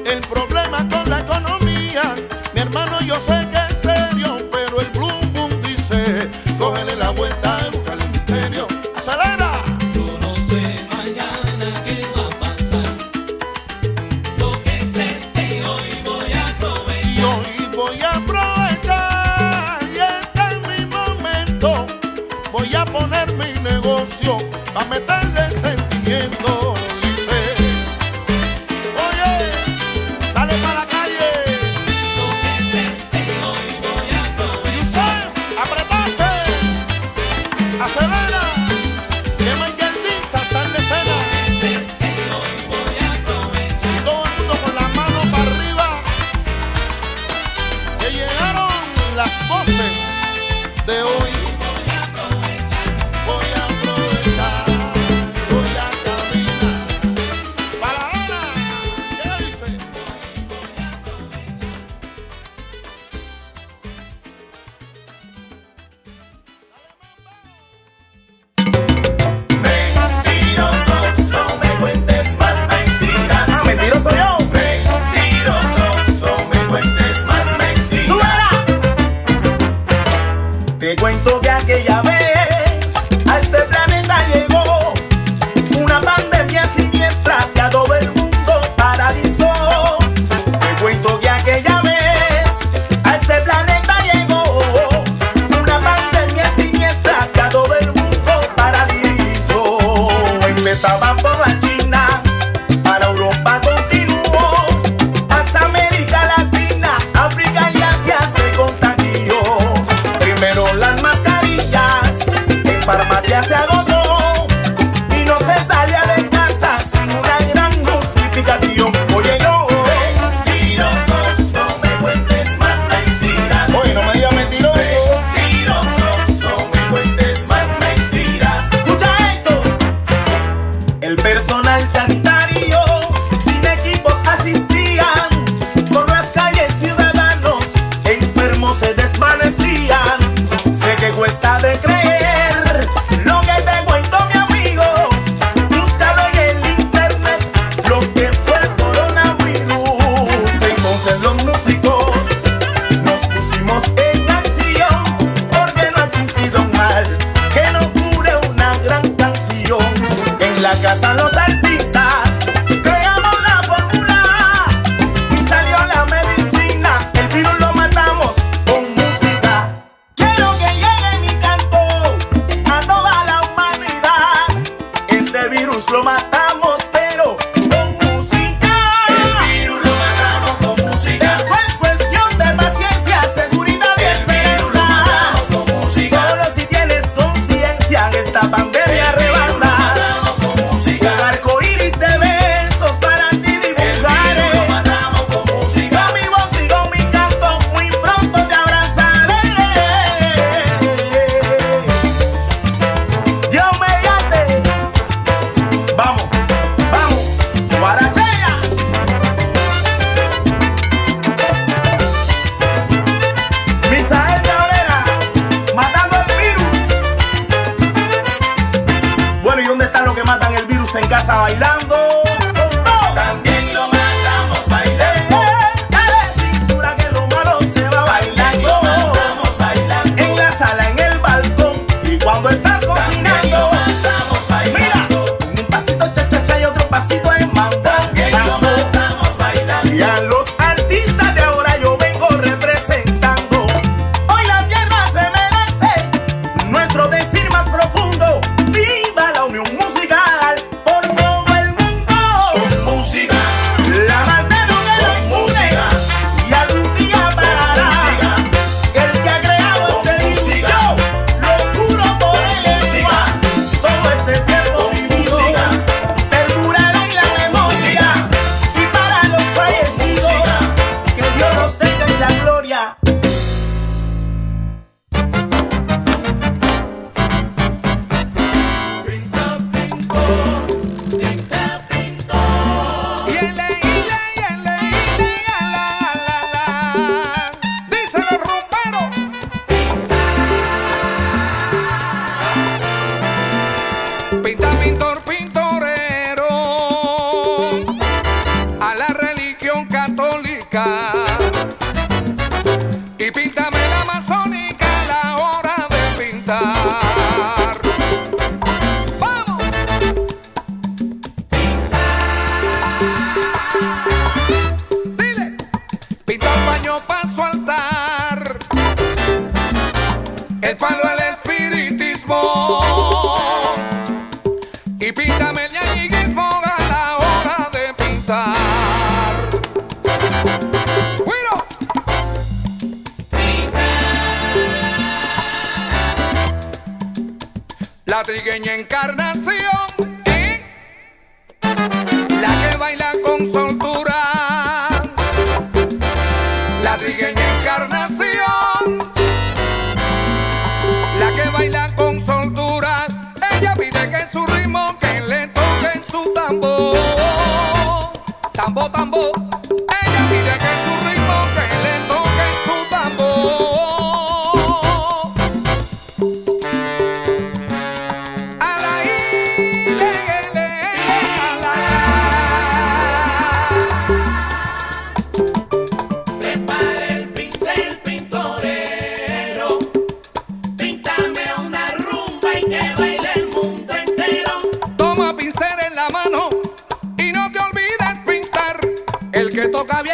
El problema con la economía, mi hermano yo sé que es serio, pero el Bloom Boom dice, cógele la vuelta y busca el misterio. ¡Acelera! Y hoy voy a aprovechar, y este es mi momento, voy a poner mi negocio, a meterle sentimiento, dice. Oye, sale para la calle. Yusef, apretate, acelera, que Michael Dixon está en la escena. Todo el mundo con las manos para arriba, que llegaron las voces de hoy. Voy a aprovechar, voy a aprovechar.
este este
Este este este amazónica y píntame la amazónica a la hora de pintar. ¡Vamos! Dile, pinta un baño para su altar, el palo al espiritismo y píntame el ñañiguismo a la hora de pintar. ¡Güiro! La trigueña encarnación, ¿eh? la que baila con soltura. La trigueña encarnación, la que baila con soltura. Ella pide que su ritmo que le toquen su tambor. Tambo, tambo. Ella pide que su ritmo que le toquen su tambor. A la i, le, le, le, a la, la.
Prepara el pincel pintorero, píntame una rumba y que baile el mundo entero.
Toma pincel en la mano y no te olvides pintar el
Ah,
Eh,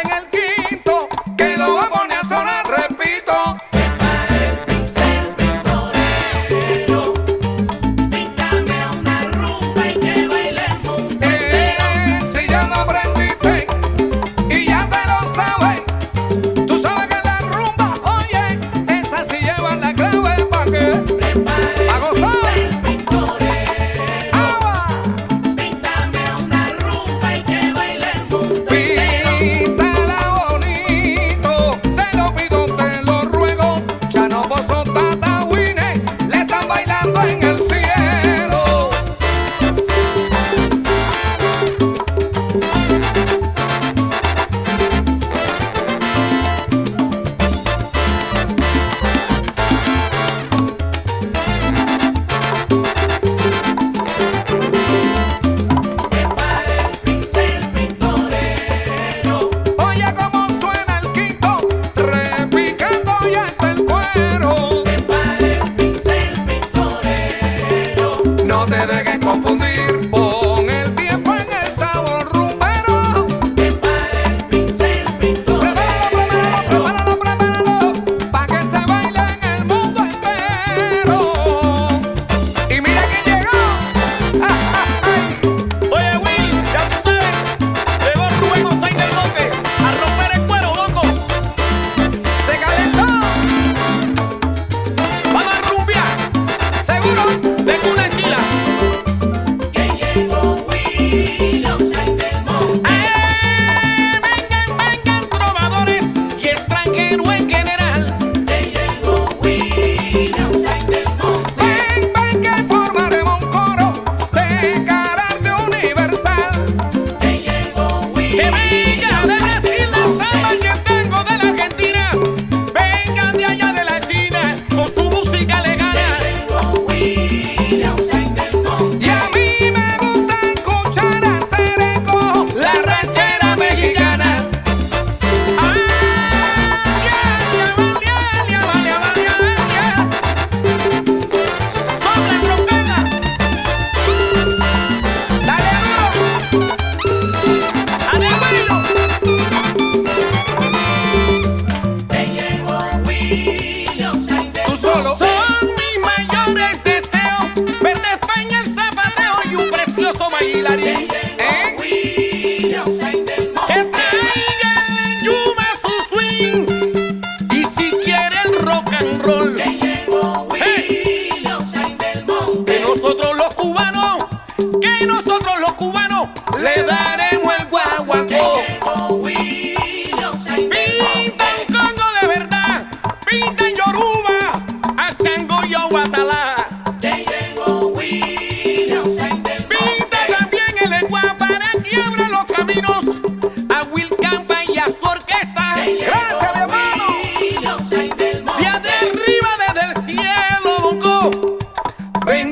¿Eh? ¿Eh?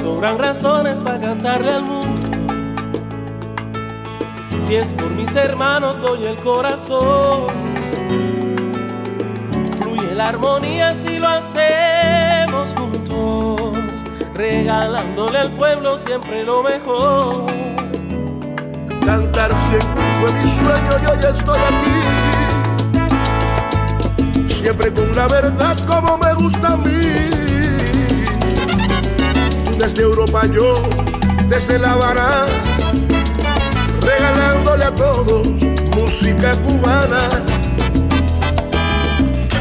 sobran razones para cantarle al mundo. Si es por mis hermanos doy el corazón. Fluye la armonía si lo hacemos juntos, regalándole al pueblo siempre lo mejor.
Cantar siempre fue mi sueño y hoy estoy aquí. Siempre con la verdad como me gusta a mí. Desde Europa yo, desde La Habana, regalándole a todos música cubana.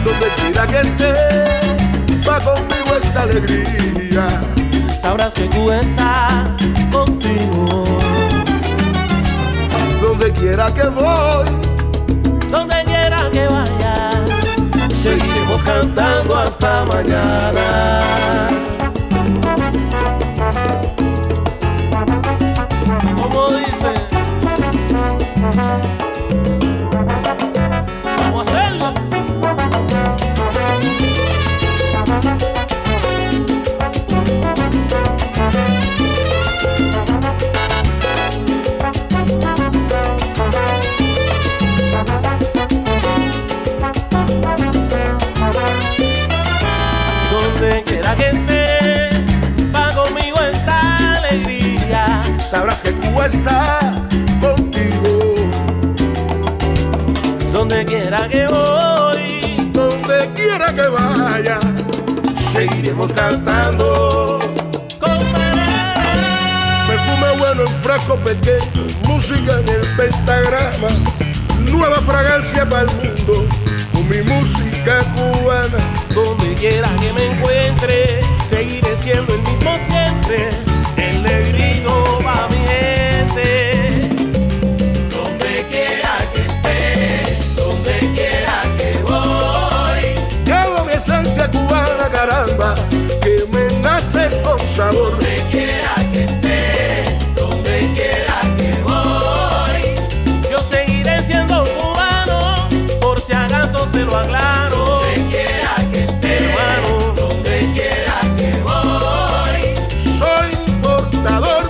Donde quiera que esté, va conmigo esta alegría.
Sabrás que tú estás contigo.
Donde quiera que voy,
donde quiera que vaya, seguiremos cantando hasta mañana. Como dice, vamos a hacerlo. Donde quiera que esté, va conmigo esta alegría.
sabrás que tú estás contigo.
Donde quiera que voy,
donde quiera que vaya, seguiremos cantando. Perfume bueno en frasco pequeño, música en el pentagrama, nueva fragancia para el mundo, con mi música cubana.
Donde quiera que me encuentre, seguiré siendo el mismo siempre. El negrito va mi gente.
Donde quiera que esté, donde quiera que voy,
Llevo mi esencia cubana, caramba, que me nace con sabor.
donde quiera que esté, donde quiera que voy,
Yo seguiré siendo cubano, por si acaso se lo aclaro.
donde quiera que esté,
Hermano.
donde quiera que voy,
Soy portador,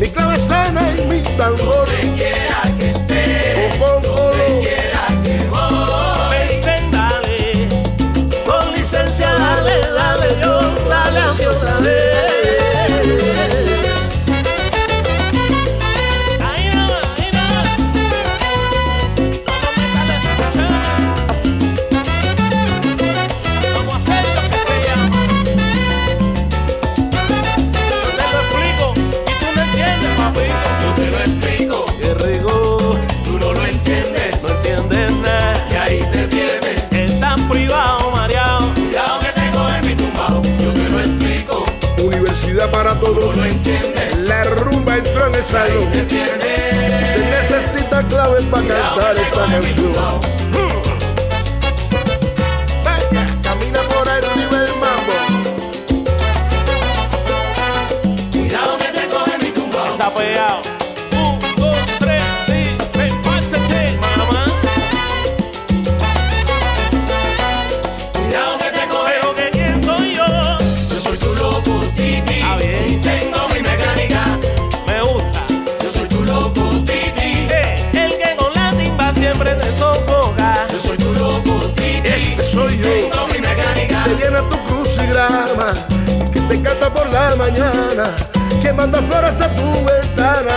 mi clave sana y mi tambor.
donde quiera que esté,
Pongo
quiera que voy.
Me dicen dale, con licencia dale, dale, yo, dale, amor, dale. Ahí no, ahí no. Vamos a hacer lo que se llama. Yo te lo explico y tú no entiendes, papito.
Yo te lo explico,
Qué rigor,
tú no lo entiendes,
no entiendes nada.
y ahí te pierdes.
Estás privado, mareado.
Cuidado que tengo en mi tumbado, yo te lo explico,
Universidad para
tú
todos.
no entiendes,
La rumba entró en el salón.
te pierdes.
Se necesita claves para cantar esta canción. Venga, camina por el nivel mambo.
Cuidado que te coge mi tumbao.
Está pegado. Un, dos, tres, sí, ven, pártate, mamá.
Cuidado que te coge.
Pero que quién soy yo,
Yo soy tu loco titi.
Ah, bien.
Tengo mi mecánica.
me gusta.
Yo soy tu loco titi.
Eh, el que con la timba siempre te sofoca.
Yo soy tu loco titi.
Ese soy yo.
Tengo mi mecánica.
Te llena tu crucigrama, que te canta por la mañana, que manda flores a tu ventana.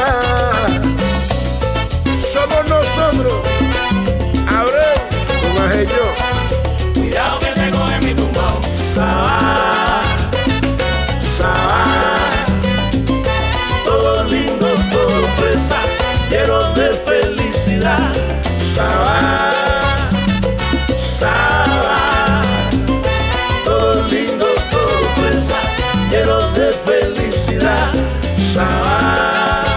Somos nosotros, Abreu, con Ajeyo.
Cuidado que te coge mi tumbao.
Sabá, Sabá, todo lindo, todo fresa, lleno de felicidad. Sabá, Sabá, todo lindo, todo fresa, lleno de felicidad. Sabá,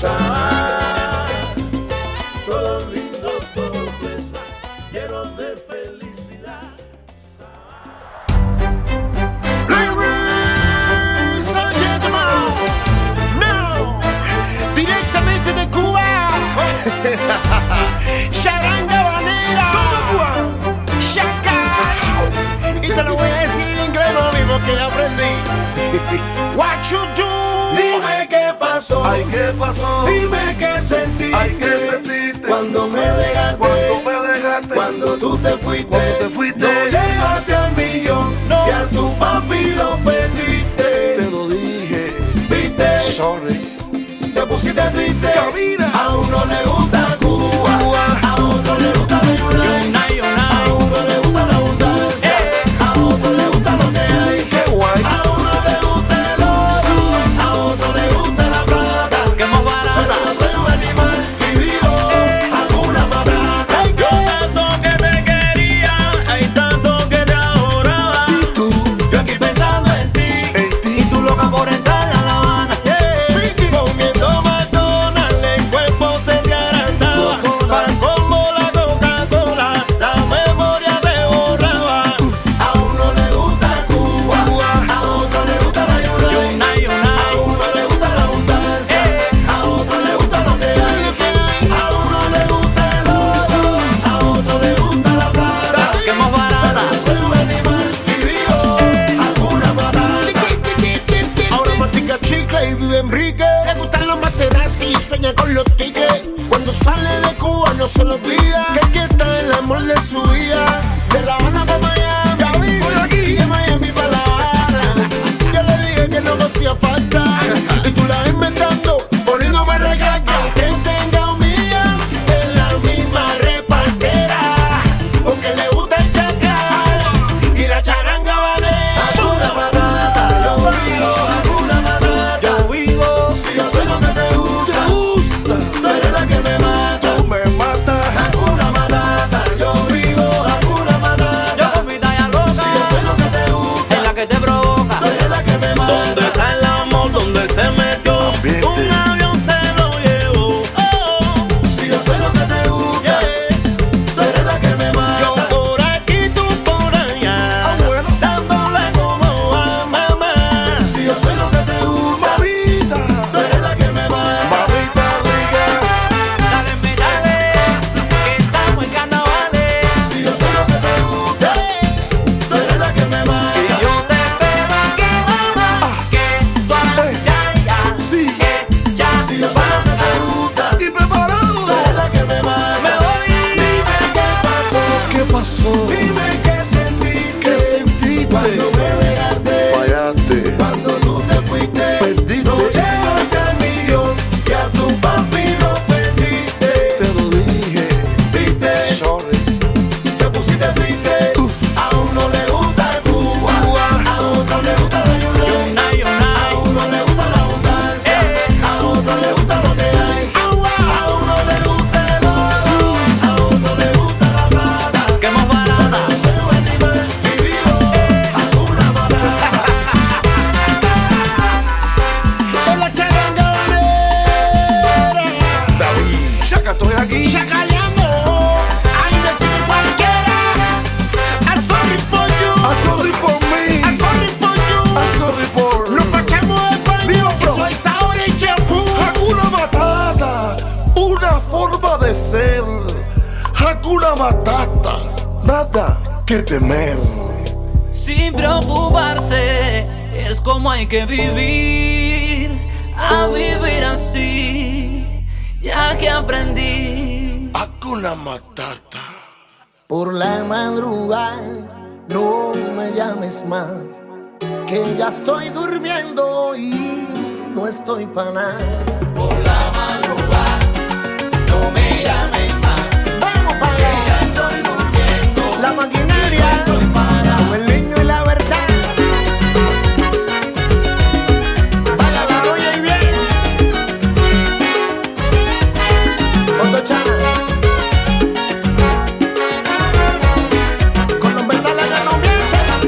Sabá, todo
[LAUGHS] [LAUGHS]
pasó?
Ay, ¿qué pasó?
Dime qué sentiste.
Ay, ¿qué sentiste?
Cuando me dejaste.
Cuando me dejaste.
Cuando tú te fuiste.
Cuando te fuiste.
No llegaste al millón. No. Y a tu papi lo perdiste.
Te lo dije.
Viste.
Sorry.
Te pusiste triste.
Camina.
A uno le gusta Cuba. A otro le gusta la Yunay. A uno le gusta la abundancia. A otro le gusta lo que hay.
Eh. Qué guay.
A uno le gusta el oro, a otro le gusta la plata, que más barata. Pero yo soy un animal vivido, alguna patata. Hay tanto que te quería, hay tanto que te adoraba. Yo aquí pensando en ti, y tú loca por entrar a La Habana. Comiendo McDonald's, el cuerpo se te agrandaba. Pan como la Coca-Cola, la memoria te borraba. A uno le gusta Cuba, a otro le gusta la Yunay, a uno le gusta la abundancia, a otro le gusta lo que hay, a uno le gusta el oro, a otro le gusta la plata, que más barata. Soy un animal y vivo alguna patata.
Ahora mastica chicle y vive Enrique. Le gustan los Maserati y sueña con los tickets. Cuando sale de Cuba no se lo olvida. Que aquí está el amor de su vida. De La Habana para Miami. Por aquí. Y de Miami para La Habana. Yo le dije que no me hacía falta. Y tú la has inventando, poniéndome recarga. Que tenga un millón en la misma repartera. O que le gusta el chacal y la charanga vale.
Alguna patata, yo vivo alguna patata. Yo vivo si yo soy lo que te gusta. Tú eres la que me mata.
Tú me matas.
Alguna patata, yo vivo alguna patata. Yo con mi talla loca. Si yo soy lo que te gusta. Es la que te provoca. Tú eres la que me mata.
¿Dónde está el amor? ¿Dónde se metió?
Ambiente.
Un avión se lo llevó. Oh.
Si yo soy lo que te gusta. Tú eres la que me mata. Ah,
Yo por aquí, tú por allá. Dándole como a mamá.
Si yo soy lo que te gusta.
Mamita.
Tú eres la que me mata.
Mamita rica.
Dale, mi, dale, que estamos en carnavales.
Si yo soy lo que te gusta. Tú eres la que me mata.
Que yo te espero aquí, mamá. Que tú
Ah. eh,
harás ya, ya.
Sí.
Que ya
Si yo soy lo que te gusta.
Y preparado.
Tú eres la que me mata.
me voy.
Dime qué pasó,
¿Qué pasó?
dime qué sentí,
¿Qué sentiste?
Cuando me dejaste,
Fallaste.
cuando tú te fuiste,
Perdiste.
no llegaste al millón y a tu papi lo
Te
perdiste,
lo dije.
viste,
Sorry.
te pusiste triste,
Uf.
a uno le gusta Cuba, a otro le gusta la Yunay,
Ay, ay,
a uno le gusta la abundancia,
Eh.
a otro le gusta lo que hay, a uno le gusta el oro, a otro le gusta la plata.
que más barata.
La charanga valera.
David. Chaca, estoy aquí.
Chacaleamos. Ay, decime cualquiera. I'm sorry
I'm
for you.
Ah, sorry for me.
I'm sorry for
I'm
you. pues,
sorry for.
Nos fachamos el baño.
bro.
Eso es ahora y shampoo.
Hakuna Matata, una forma de ser. Hakuna Matata, nada que temer.
Sin preocuparse, es como hay que vivir, a vivir así, ya que aprendí.
Hakuna Matata.
Por la madrugada, no me llames más, que ya estoy durmiendo y no estoy para nada.
No me llames más,
Vamos para allá.
estoy durmiendo.
La maquinaria. Con el niño y la verdad. Para la olla y bien. Otto Chana. Con los metales que no mienten.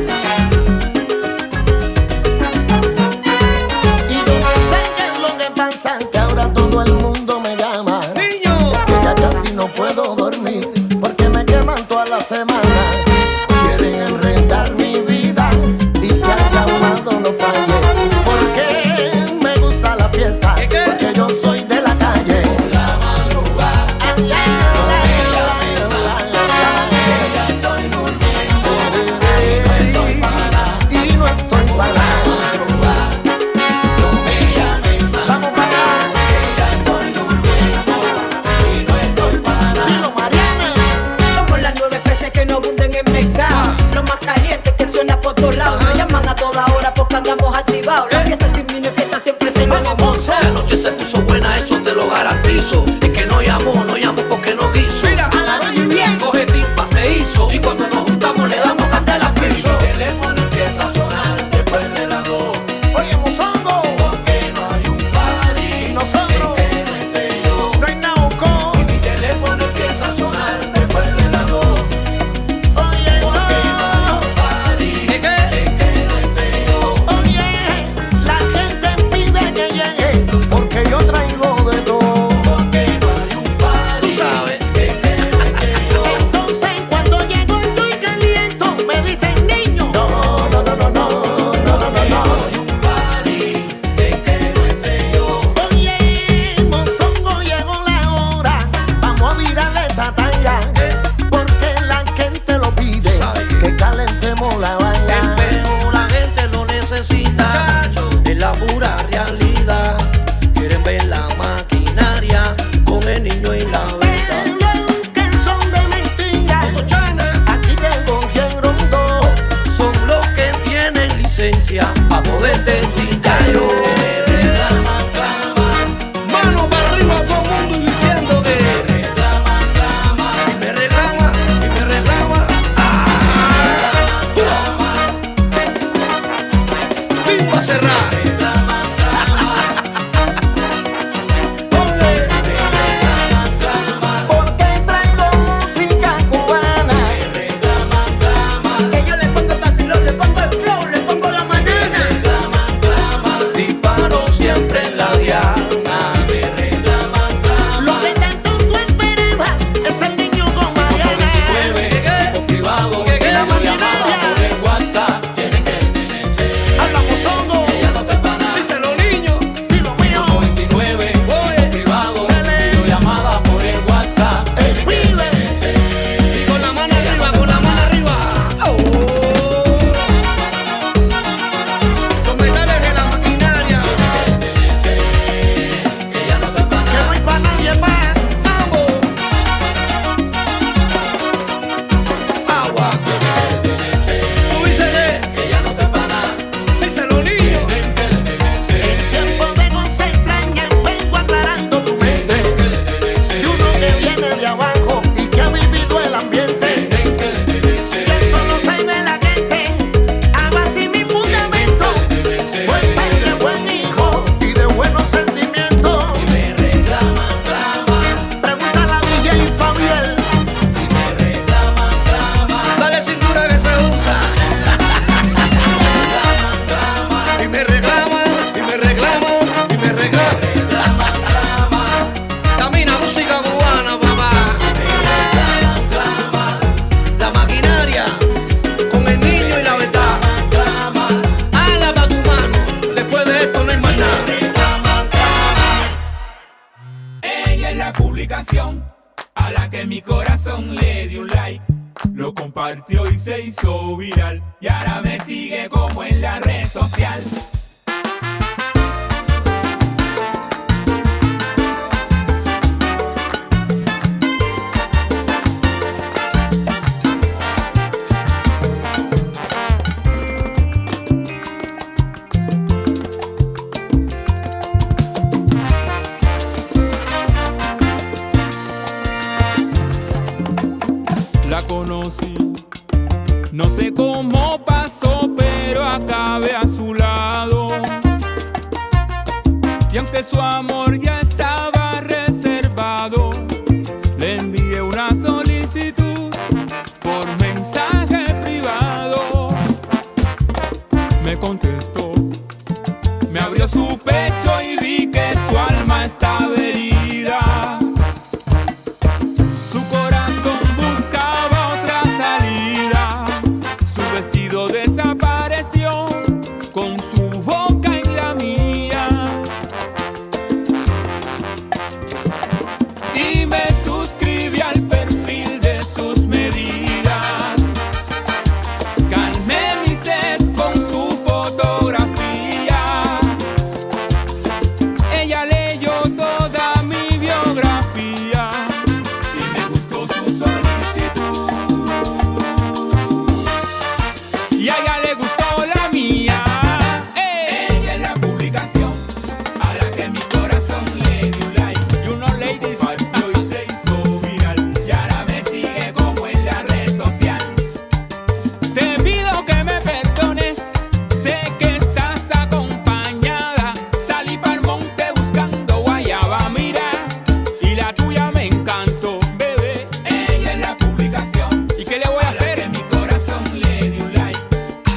Y yo no sé qué es lo que pasa, que ahora todo el mundo me llama. Es que ya casi no puedo dormir, porque me queman toda la semana. Quieren enredar mi vida y que al llamado no falle. Porque me gusta la fiesta, porque yo soy de la calle.
Vamos para allá.
Ah,
[LAUGHS]
Lo compartió y se hizo viral. Y ahora me sigue como en la red social.
La conocí, no sé cómo pasó, pero acabé a su lado. Y aunque su amor ya estaba reservado, le envié una solicitud por mensaje privado. Me contestó, me abrió su pecho y vi que su alma estaba herida. Su corazón buscaba otra salida. Su vestido desapareció con su boca en la mía. Y me suscribí al perfil de sus medidas. Calmé mi sed con su fotografía. Ella leyó toda mi biografía. Y a ella le gustó la mía. Ella es la publicación a la que mi corazón le dio like. Y unos ladies partió y se hizo viral. Y ahora me sigue como en la red social. Te pido que me perdones. Sé que estás acompañada. Salí para monte buscando guayaba. Mira, y la tuya me encantó, bebé. Ella es la publicación. ¿Y qué le voy a, hacer? Que mi corazón le dio un like.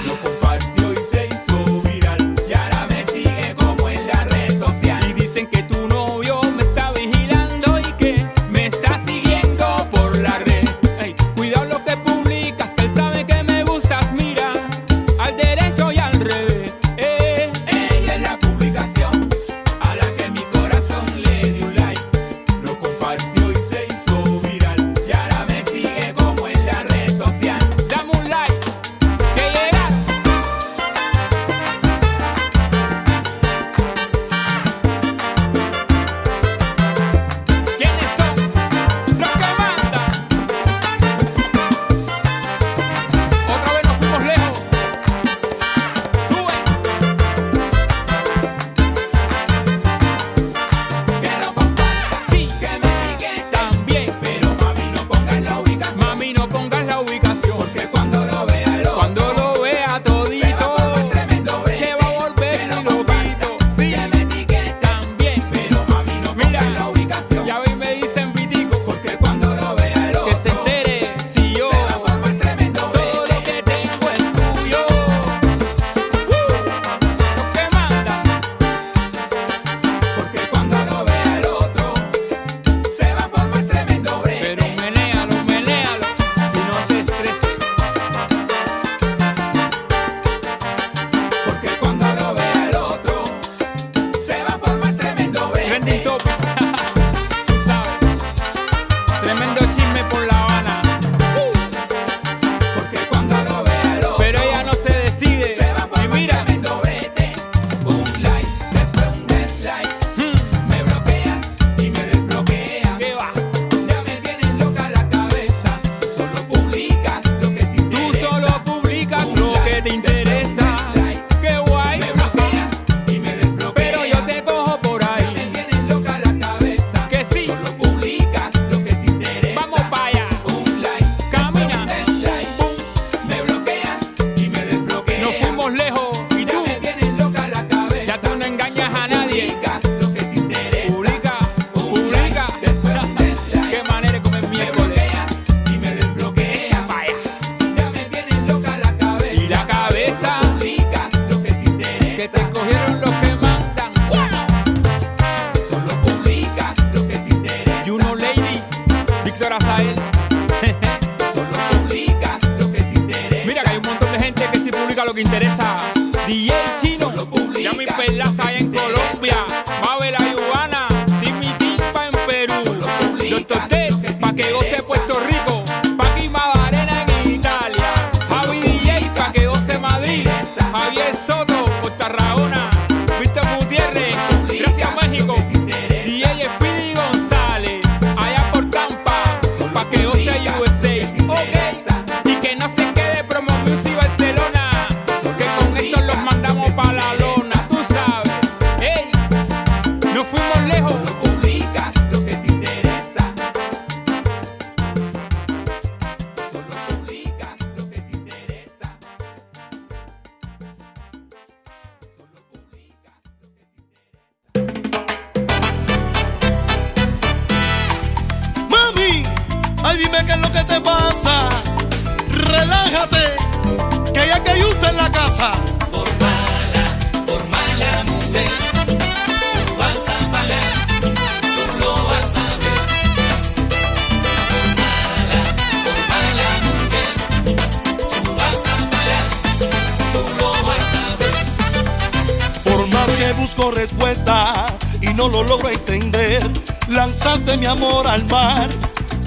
Lo compartió y se hizo viral. Y ahora me sigue como en la red social. Y dicen que tu novio me está vigilando y que me está siguiendo por la red. Ey, cuidado lo que publicas, que él sabe que me gustas. Mira, al derecho y al revés. Eh, Ella es la publicación a la que mi corazón le dio un like. Lo compartió y se hizo viral. Y ahora me sigue como en la red social. Dame un like, que llega. ¿Quiénes son? Los que mandan. Otra vez nos fuimos lejos. Sí, que me sigue también. Pero mami, no pongas la ubicación. Mami, no pongas la ubicación. Porque cuando lo vea, lo cuando lo vea todito, se va a volver lobito. Sí, que me sigue también. Pero mami, no pongas la ubicación. Ya ven, me dicen pitico. Porque cuando lo vea, lo que se entere. Si yo, todo lo que tengo es tuyo. Uh. Lo que manda. Porque cuando lo vea el otro se va a formar tremendo brete. Pero menéalo, menéalo y no se estrese. Porque cuando lo vea el otro se va a formar tremendo brete. Trending topic. [LAUGHS] Tú sabes. Tremendo chisme por La Habana. Porque cuando lo vea el otro pero ella no se decide. Se va a formar tremendo brete. Un like, después un dislike. Me bloqueas y me desbloqueas. Ya me tienes loca la cabeza. Solo publicas lo que te interesa. Tú solo publicas lo que te interesa. Qué guay. Me bloqueas y me desbloqueas. Pero yo te cojo por ahí. Ya me tienes loca la cabeza. Que sí. Solo publicas lo que te interesa. Vamos para allá. Un like. Camina. Un dislike. Me bloqueas y me desbloqueas. Nos fuimos lejos. Y tú. me tienes loca la cabeza. Ya tú no engañas a nadie. Publica, publica. Qué manera de comer miércoles. Y me desbloquea. Vaya. Ya me tienes loca la cabeza. Y la cabeza. Publicas lo que te interesa. Que te cogieron los que mandan. Solo publicas lo que te interesa. You know lady. Víctor Azael. Solo publicas lo que te interesa. Mira que hay un montón de gente que sí publica lo que interesa. DJ Chino. Ya mi pelaza allá en Colombia. Mabel Ayubana. Timmy Timpa en Perú. Doctor T. Pa' que goce Puerto Rico. Paqui Madarena en
dime qué es lo que te pasa. Relájate, que hay que ayuda en la casa.
Por mala, por mala mujer, tú vas a pagar, tú lo vas a ver. Por mala, por mala mujer, tú vas a pagar, tú lo vas a ver.
Por más que busco respuesta y no lo logro entender, lanzaste mi amor al mar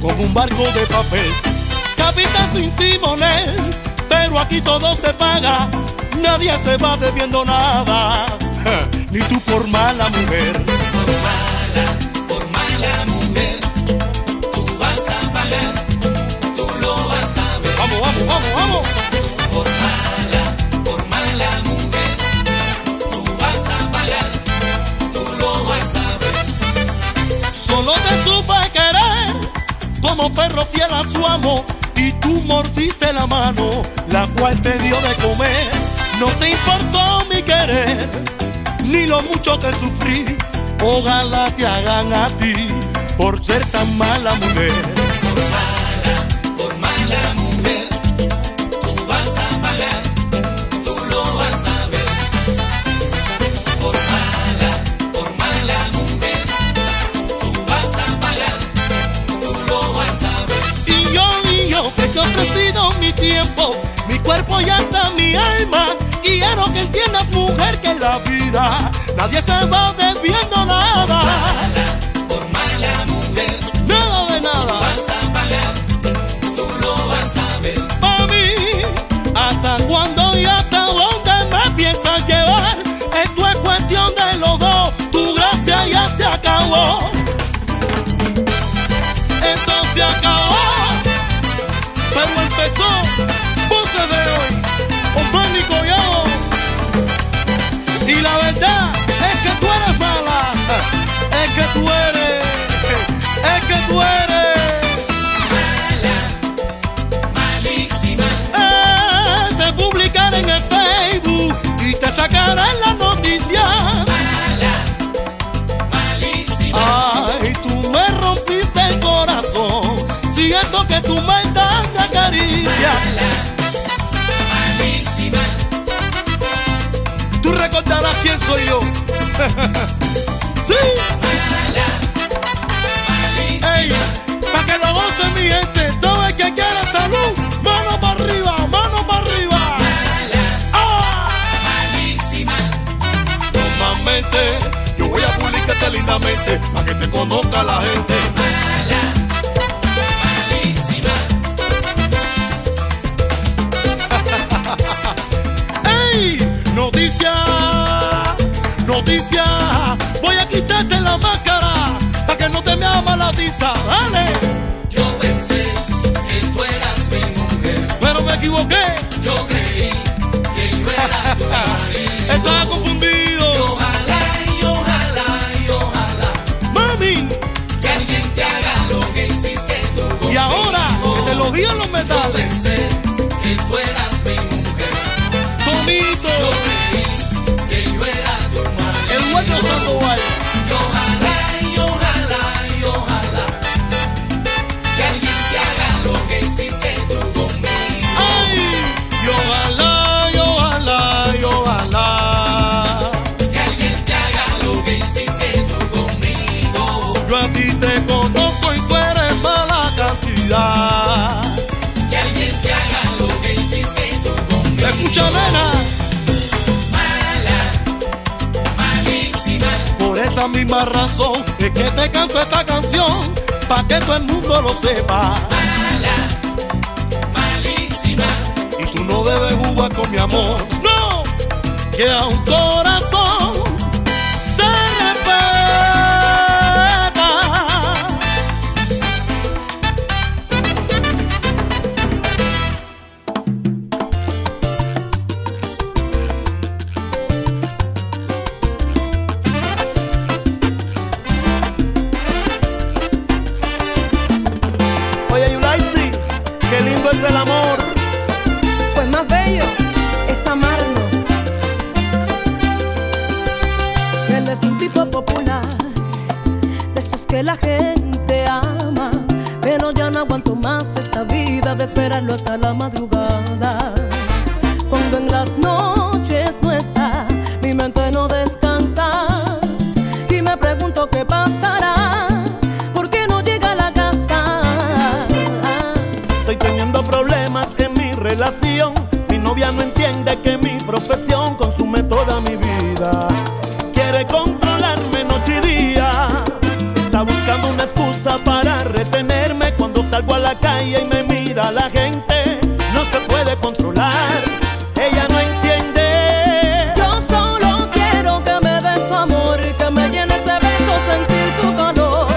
como un barco de papel. Capitán sin timonel, pero aquí todo se paga, nadie se va debiendo nada, ni tú por mala mujer.
Por mala mujer, tú vas a pagar, tú lo vas a ver.
Vamos, vamos, vamos, vamos.
Por mala, por mala mujer, tú vas a pagar, tú lo vas a ver.
Solo te supe querer como perro fiel a su amo y tú mordiste la mano la cual te dio de comer. No te importó mi querer ni lo mucho que sufrí. Ojalá te hagan a ti por ser tan mala mujer.
Por mala mujer, tú vas a pagar, tú lo vas a ver. Por mala, por mala mujer, tú vas a pagar, tú lo vas a ver.
Y yo, y yo, que te he ofrecido mi tiempo, mi cuerpo y hasta mi alma. Quiero que entiendas, mujer, que en la vida nadie se va debiendo nada.
Por mala mujer,
Nada de
tú
nada.
vas a pagar, tú lo vas a ver.
Pa' mí, hasta cuándo y hasta dónde me piensas llevar. Esto es cuestión de los dos, tu gracia ya se acabó. Esto se acabó, pero empezó. Puse de hoy con pánico y amor. Y la verdad es que tú eres mala, es que tú eres, es que tú eres.
Malísima,
Eh, te publicaré en el Facebook y te sacarán la noticia. Ay, tú me rompiste el corazón. Siento que tu maldad me acaricia.
malísima,
Tú recordarás quién soy yo. [LAUGHS] sí. Ey, pa' que lo gocen mi gente, todo el que quiera salud, mano para arriba, mano para arriba. Ah. Normalmente, yo voy a publicarte lindamente, pa' que te conozca la gente.
malísima.
¡Ey! Noticia, noticia, voy a quitarte la máscara para que no te me amalatiza, dale.
Yo pensé que tú eras mi mujer,
Pero me equivoqué,
yo creí que yo era tu marido.
[LAUGHS] estaba confundido.
Ojalá y ojalá y ojalá
Mami,
que alguien te haga lo que hiciste tú conmigo.
y ahora que te lo dio los
Yo
metales,
pensé que tú eras mi mujer,
Tomito,
yo creí que yo era tu marido.
el huerto Sandoval.
Y ojalá y ojalá y ojalá que alguien te haga lo que hiciste tú conmigo.
¡Ay! Y ojalá, y ojalá, y ojalá,
Que alguien te haga lo que hiciste tú conmigo.
yo a ti te conozco y tú eres mala cantidad.
Que alguien te haga lo que hiciste tú conmigo.
Escucha, nena.
Mala, malísima,
Por esta misma razón es que te canto esta canción Pa' que todo el mundo lo sepa
malísima,
Y tú no debes jugar con mi amor No, que a un corazón se respeta
Oye, Yulaisi, qué lindo es el amor.
Pues más bello es amarnos.
Él es un tipo popular, de esos que la gente ama, pero pero ya no aguanto más esta vida de esperarlo hasta la madrugada. Cuando en las noches no está, mi mente no descansa y me pregunto qué pasará, por qué no llega a la casa.
Estoy teniendo problemas en mi relación. Mi novia no entiende que mi profesión consume toda mi vida. Quiere controlarme noche y día. Está buscando una excusa para retenerme cuando salgo a la calle y me mira la gente. No se puede controlar. Ella no entiende.
Yo solo quiero que me des tu amor, que me llenes de besos, sentir tu calor.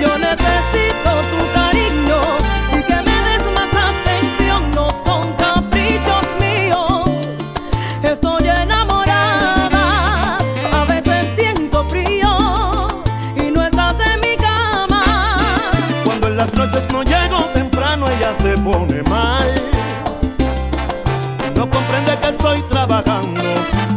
Yo necesito tu cariño y que me des más atención. No son caprichos míos, estoy enamorada. A veces siento frío y no estás en mi cama.
Cuando en las noches no llego temprano, ella se pone mal. No comprende que estoy trabajando,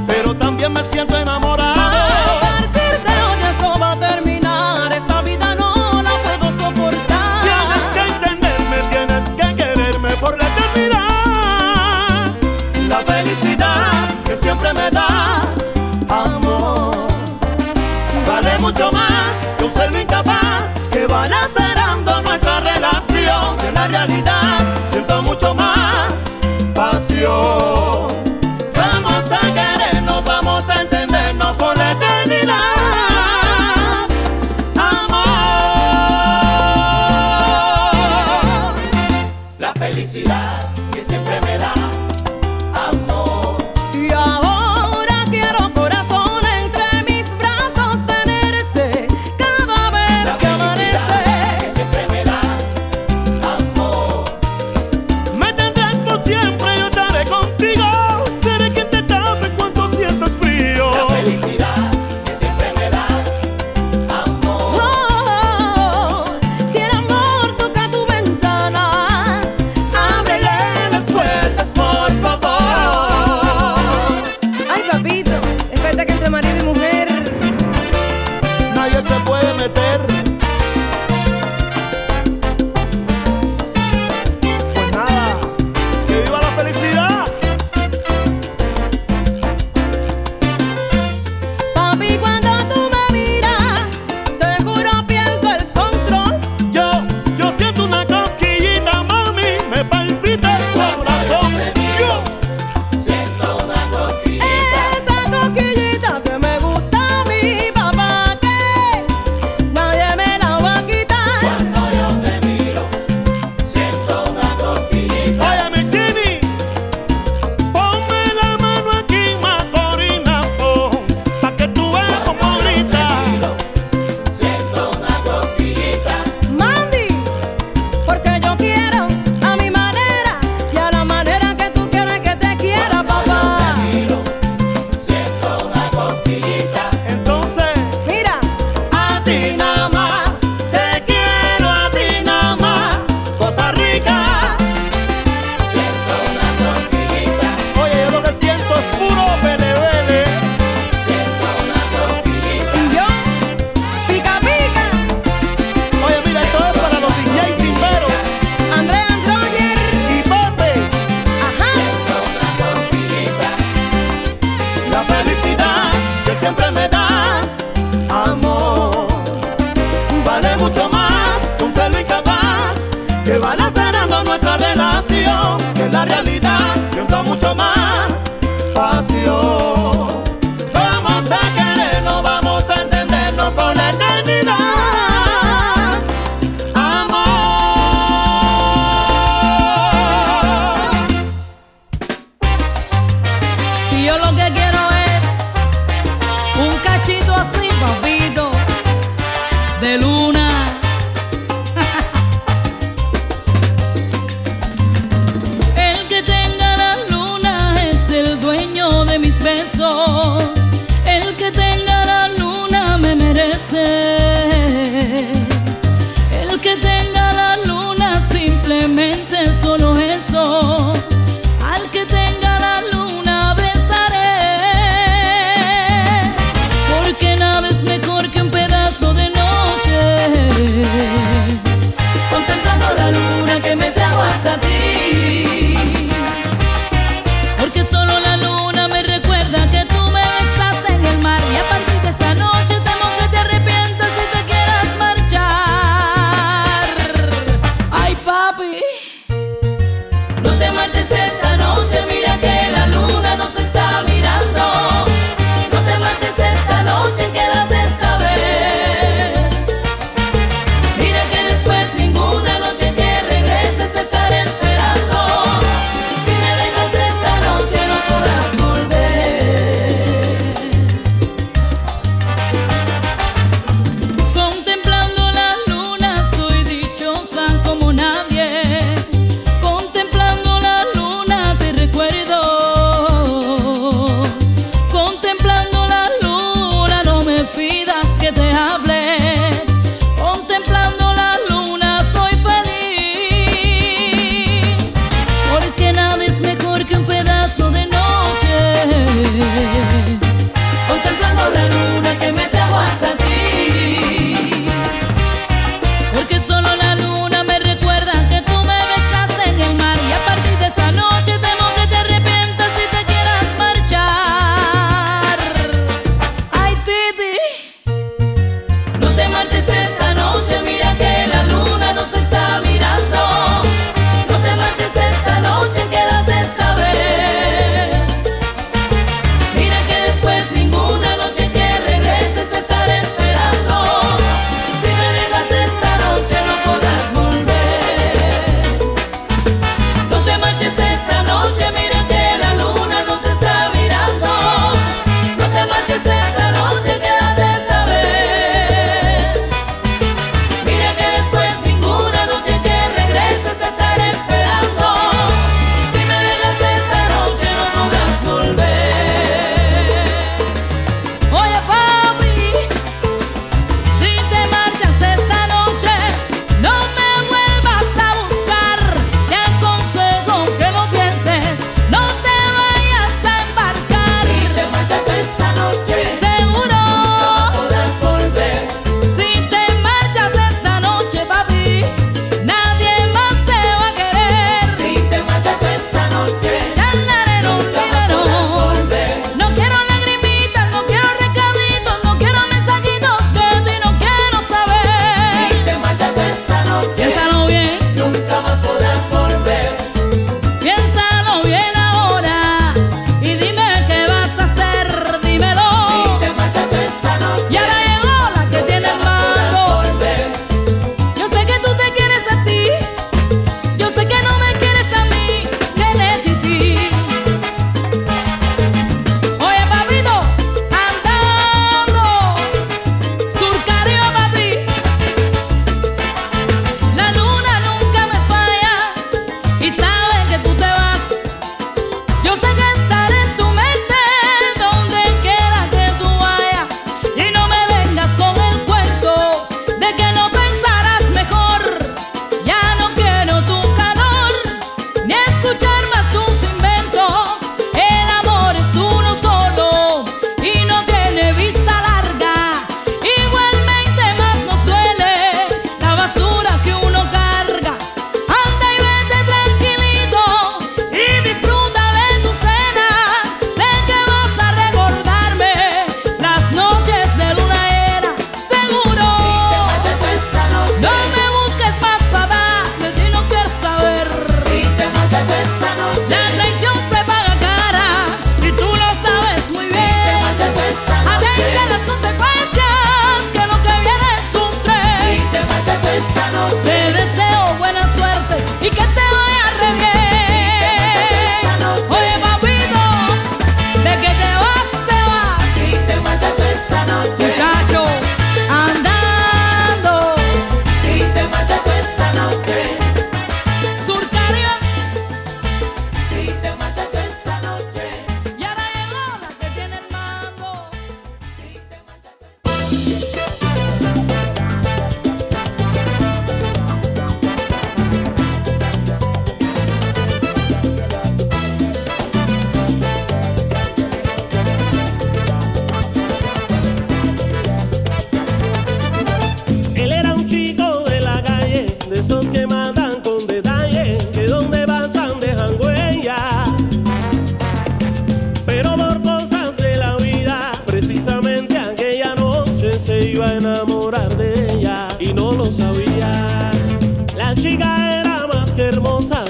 pero también me siento enamorado.
A partir de hoy esto va a terminar, esta vida no la puedo soportar.
Tienes que entenderme, tienes que quererme por la eternidad. La felicidad que siempre me das, amor, vale mucho más que un ser incapaz que va lacerando nuestra relación. Si en la realidad siento mucho más pasión. Vamos a querernos, vamos a entendernos por la eternidad. Amor.
La felicidad que siempre me da amor.
Y ahora quiero corazón entre mis brazos tenerte cada vez que amanece.
Que siempre me da amor.
Me tendrás por siempre, yo estaré contigo. Seré quien te tape cuando sientas frío.
La felicidad que siempre me da amor.
Oh, si el amor toca tu ventana, ábrele las puertas por
Pues oh,
[LAUGHS]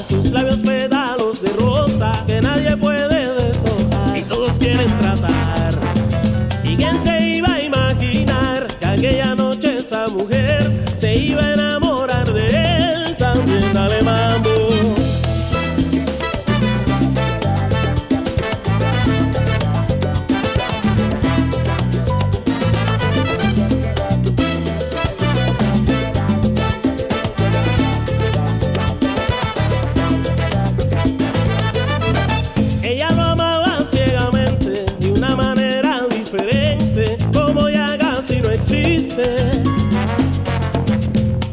tus labios pétalos de rosa que nadie puede desojar y todos quieren tratar. ¿Y quién se iba a imaginar que aquella noche esa mujer se iba a enamorar de él? También dale mambo. Ella lo amaba ciegamente, de una manera diferente, como ya casi no existe.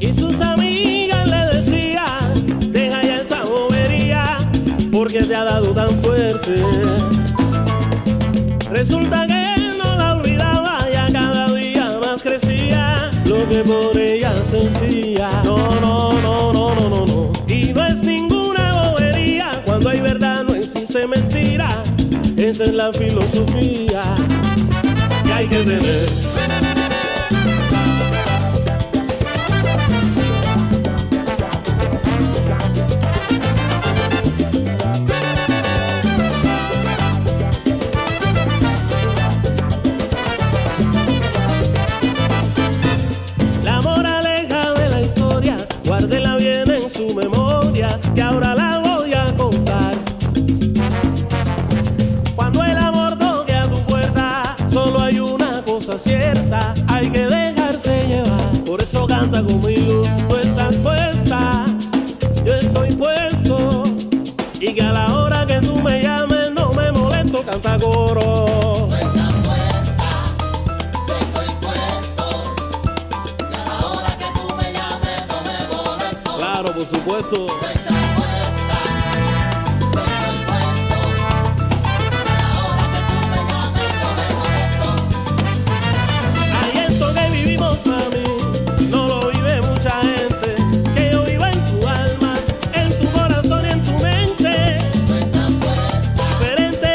Y sus amigas le decían, deja ya esa bobería, porque te ha dado tan fuerte. Resulta que él no la olvidaba, ya cada día más crecía, lo que por ella sentía. No, no, no, no, no, no, no. Y no es ninguna bobería, cuando hay verdad no existe mentira, esa es la filosofía que hay que tener. La moraleja de la historia, guárdela bien en su memoria, que ahora la voy a contar. Cuando el amor toque a tu puerta, solo hay una cosa cierta, hay que dejarse llevar. Por eso canta conmigo, tú estás puesta, yo estoy puesto, y que a la hora que tú me llames no me molesto, canta coro. Claro, por supuesto. Ay, esto que vivimos, mami, no lo vive mucha gente. Que yo vivo en tu alma, en tu corazón y en tu mente. Diferente.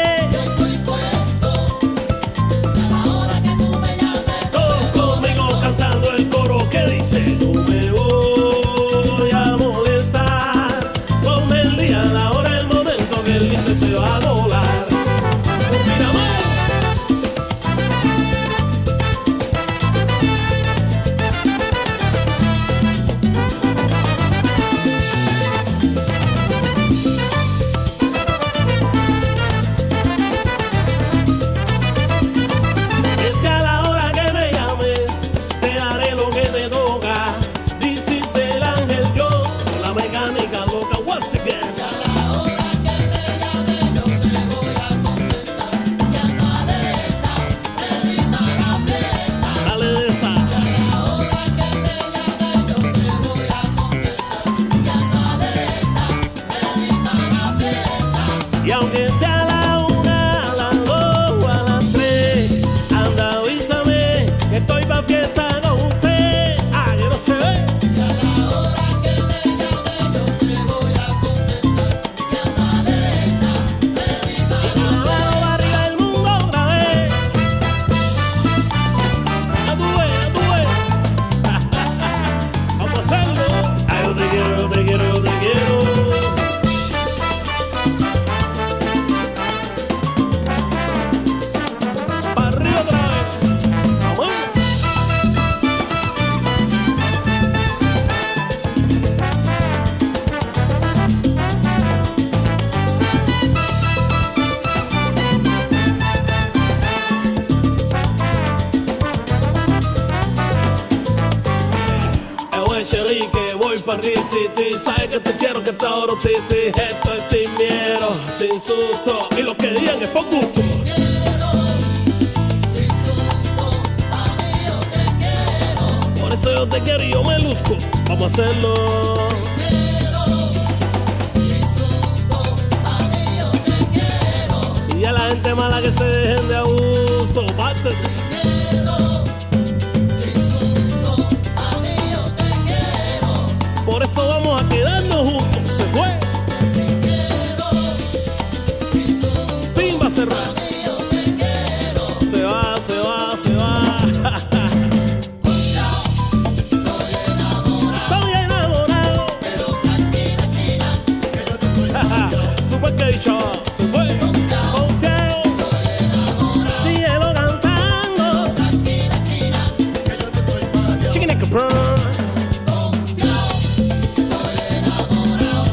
Todos conmigo cantando el coro que dice No me voy a molestar Ponme el día, la hora, el momento que el bicho se va a volar Mira, amor. Es que a la hora que me llames Te haré lo que te toca Dices el ángel Dios La mecánica loca Once again Dale de esa. Y aunque sea a la una, a las dos o a las tres, anda avísame que estoy pa' fiesta con usted. Ah, que no se ve. arriba del mundo otra vez. A tu vez, a tu vez. Vamos a hacerlo. Ay, yo te quiero, yo te quiero, yo te quiero. Para arriba otra vez. Vamos. El buen Shelly que Eh, voy para Titi. Sabes que te quiero, que te adoro, Titi. Esto es sin miedo, sin susto. Y lo que digan es por gusto. Por eso yo te quiero y yo me luzco. Vamos a hacerlo. Y a la gente mala que se dejen de abuso. Bártese. Por eso vamos a quedarnos juntos. Se fue. Pimba se va. Se va, se va, se va. [LAUGHS] [LAUGHS] Estoy enamorado. Pero tranquila, china. fue Keisha, se fue Confiao, síguelo cantando Chiquineca, brr.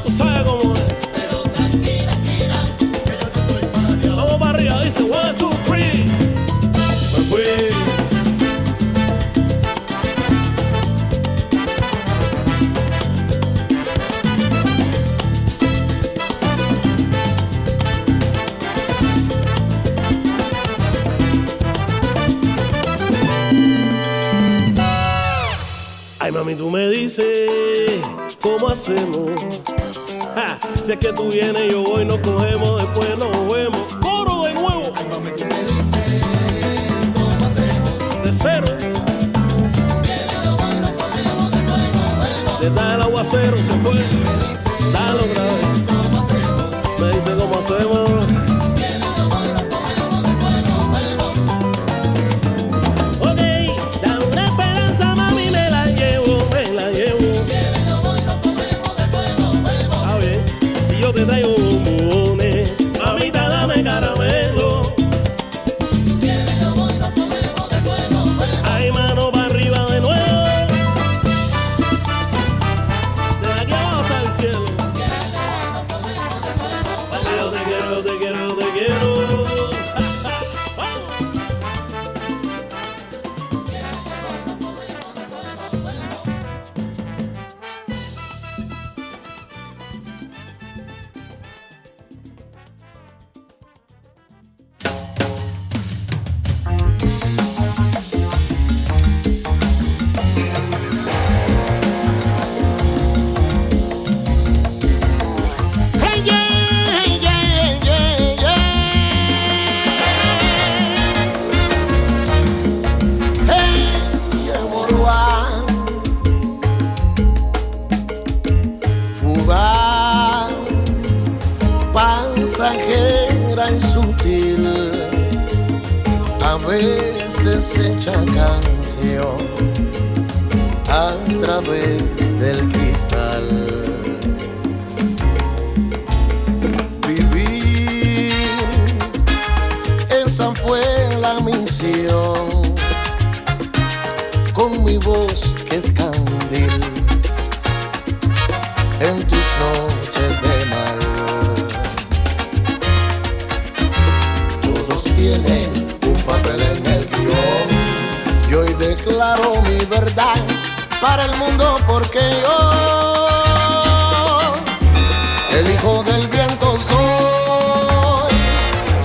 Tú sabes cómo es. Vamos para arriba, dice one, two, three. Me fui. Ay, mami, tú me dices, ¿cómo hacemos? Ja, si es que tú vienes, yo voy, nos cogemos, después nos vemos. ¡Coro de nuevo! Ay, mami, tú me dices, ¿cómo hacemos? De cero. Le da el aguacero, se fue. Dale otra vez. Me dice cómo hacemos. Ok, dame una esperanza, mami, me la llevo, me la llevo. Está bien, si yo te traigo bombones, mamita, dame caramelo. Ay, mano para arriba de nuevo. Desde aquí abajo hasta el cielo. Papi, yo te quiero, yo te quiero, yo te quiero.
Hey, yeah, yeah, yeah, yeah. Hey, Yamorua. Fuga pasajera y sutil. A veces hecha canción a través del cristal. vivir. Esa fue la misión. Con mi voz que es candil. En tus noches de mal. Todos tienen un papel en el guión. Y hoy declaro mi verdad para el mundo porque yo el hijo del viento soy.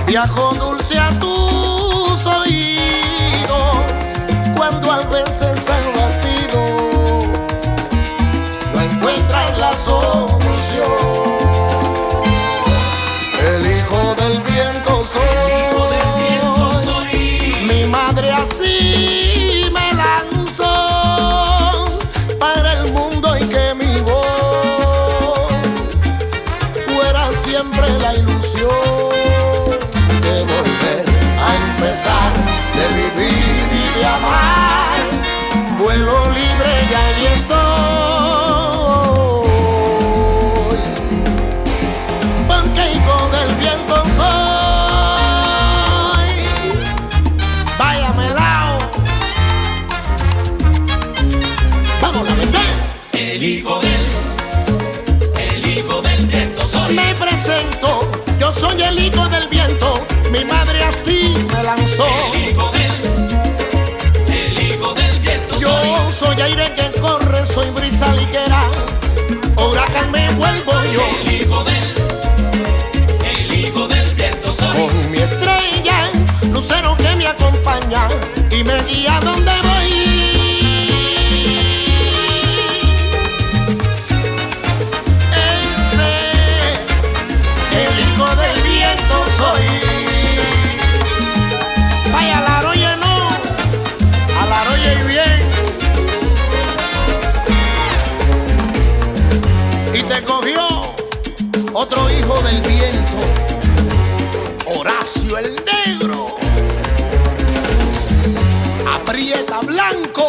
Viajo dulce a tus oídos cuando a veces han latido. No encuentran la solución. El hijo del viento soy. Mi madre así me lanzó para el mundo y que mi voz fuera siempre la ilusión de volver a empezar, de vivir y de amar. Vuelo libre y ahí estoy. Panqueico del viento soy. Vaya melao. Vamos a meter. El hijo del, el hijo del viento soy. Me presento, yo soy el hijo del viento. Mi madre así me lanzó. El hijo del, el hijo del viento yo soy. aire que corre, soy brisa ligera. Huracán me vuelvo yo. El hijo del, el hijo del viento soy. Con mi estrella, lucero que me acompaña y me guía donde voy. el hijo del viento soy. Vaya, la roya no, a la roya y bien. Y te cogió otro hijo del viento, Horacio el Negro. Aprieta blanco.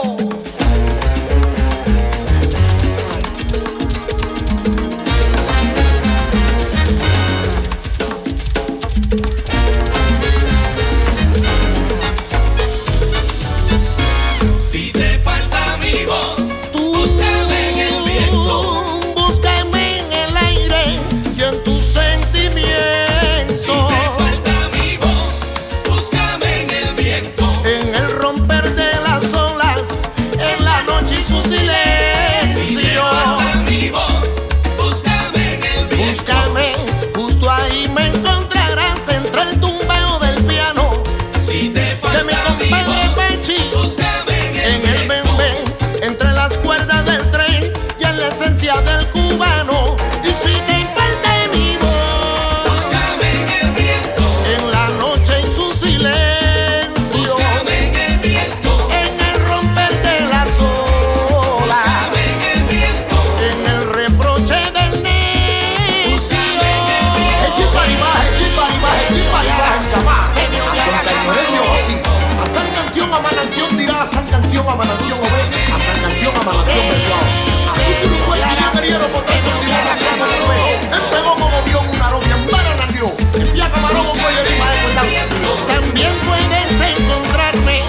a Manatí, Ocobe, a San Campeón, a Manatí, Preciado. A su grupo, el guerrillero, por tanto, si la casa, Manatí. En Pegón, Mogollón, una rubia, en Paranatio. En Piaca, Marón, Cuellerín, Maestro, Tazo.
También puedes encontrarme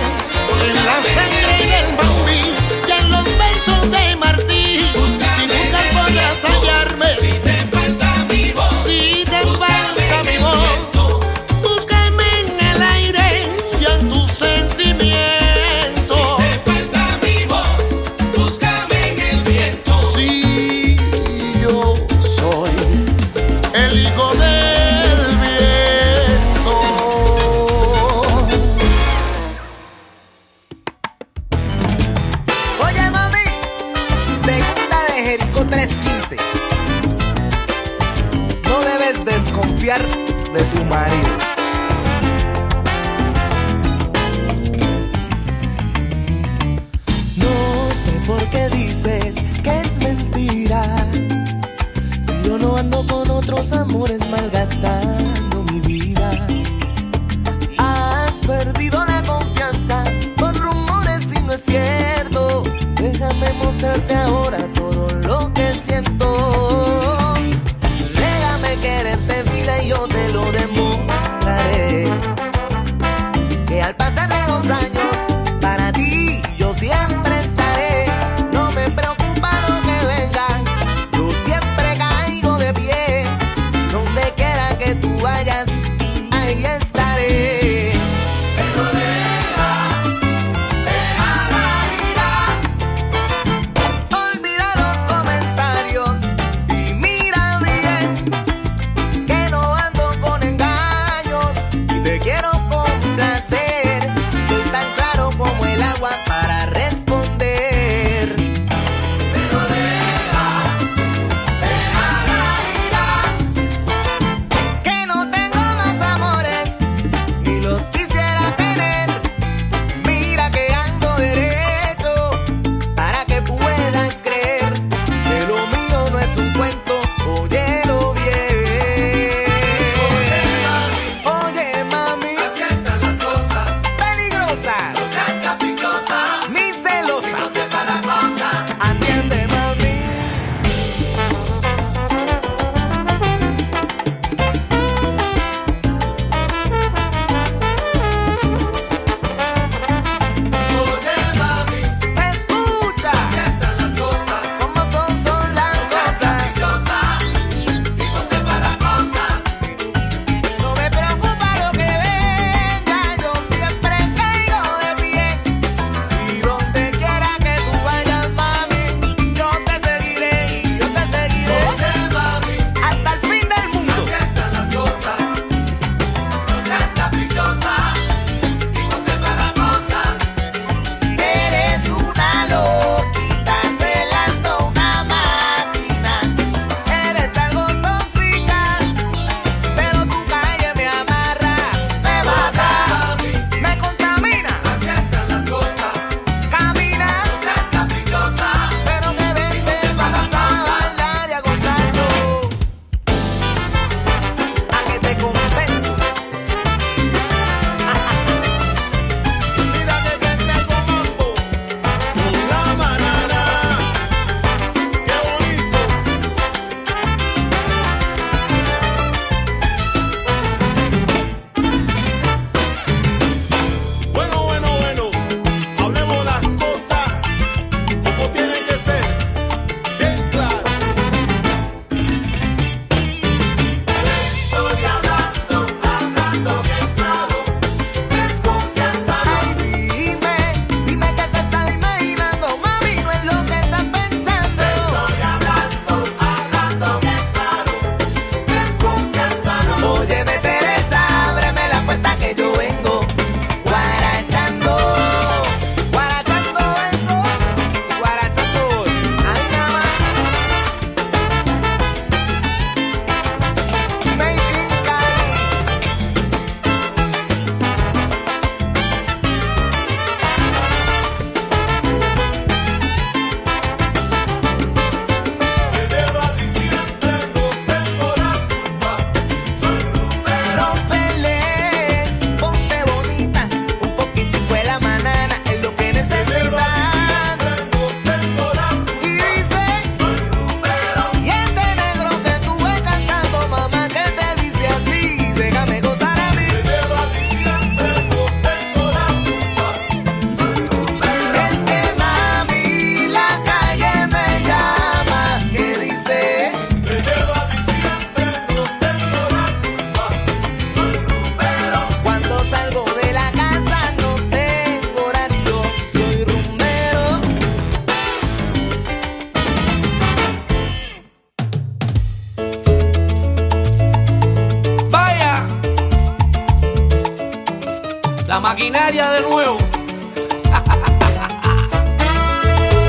en la sangre y el Bambi y en los versos de Martí. Si nunca podrás hallarme, si te falta mi voz, si te falta mi voz, búscame en el aire y en tus sentimientos. Si te falta mi voz, búscame en el viento. Si yo soy el hijo del viento.
Oye, mami, segunda de Jericó 315. No debes desconfiar de tu marido.
No sé por qué dices que es mentira. Si yo no ando con otros amores malgastando mi vida. Has perdido la confianza con rumores y no es cierto. Déjame mostrarte ahora todo lo que siento. Déjame quererte vida y yo te lo demostraré. Que al pasar de los años para ti yo siempre estaré, no me preocupa lo que venga, yo siempre caigo de pie, donde quiera que tú
este
nuevo.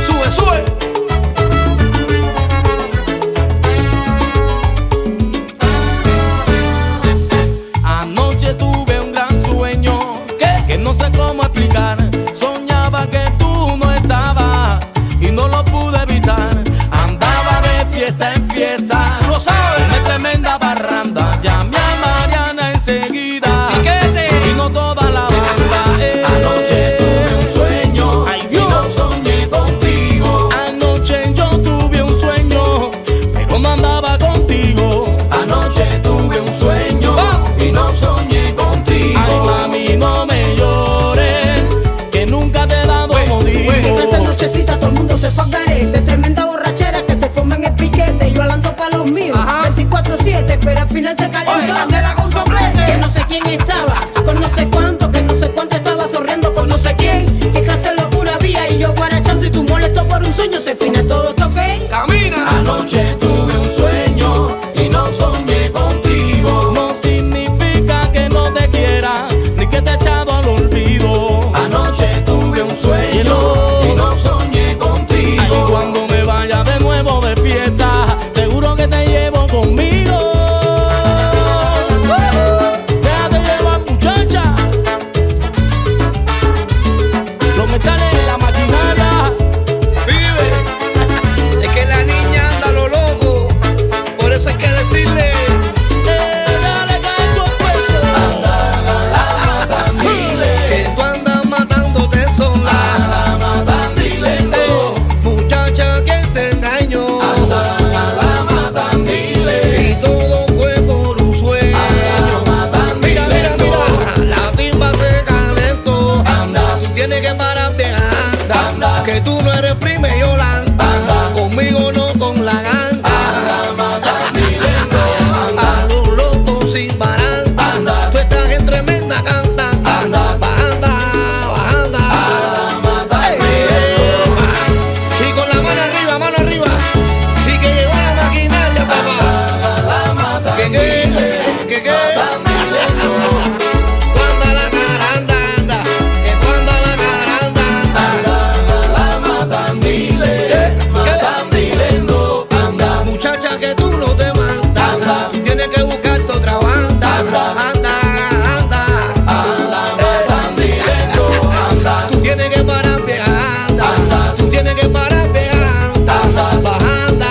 sube, sube. Anoche tuve un gran sueño que no sé cómo explicar. Soñaba que tú no estabas y no lo pude evitar. Andaba de fiesta en fiesta, lo sabes, una tremenda barranda. Llamé a Mariana enseguida, vino toda la banda. eh. Anoche tuve un sueño, yo soñé contigo. Anoche yo tuve un sueño, pero no andaba contigo. Anoche tuve un sueño y no soñé contigo. Ay, mami, no me llores, que nunca te he dado motivo.
En esa nochecita todo el mundo se fue al garete. Tremenda borrachera que se forma en el piquete. Yo alando pa' los míos, 24-7, pero al final se calentó.
Oye,
bandera con soplete. Que no sé quién estaba, con no sé cuánto, que no sé cuánto estaba sorriendo con no sé quién. Qué clase de locura había y yo guarachando y tú molesto por un sueño. Se fina todo toque.
Camina. Anoche tuve un sueño y no soñé contigo. No significa que no te quiera ni que te he echado al olvido. Anoche tuve un sueño y no soñé contigo. Y cuando me vaya de nuevo de fiesta, seguro que te llevo conmigo. Déjate llevar, muchacha. Los metales en la maquinaria. Vive.
Es que la niña anda a lo loco, por eso hay que decirle.
eh,
Que tú andas matándote sola. Eh, muchacha que te engañó. Y todo fue por un sueño. Mira, mira, mira, la timba se calentó. Tú tienes que parar bien, anda. Que tú no eres prima y Yolanda. Conmigo no con la ganta. A los locos sin baranda. Tú estás en tremenda canta. Anda, bajanda, bajanda. Ey, va. Y con la mano arriba, mano arriba. Sí que llegó la maquinaria, papá. Que que, que que. Cuando la caranda anda, que cuando la caranda anda. Eh, eh. Muchacha que tú no te mandas, tienes que buscarte otra banda. Anda, anda, anda. Tú tienes que parar bien, anda. Tú tienes que parar bien, anda. Bajanda, bajanda.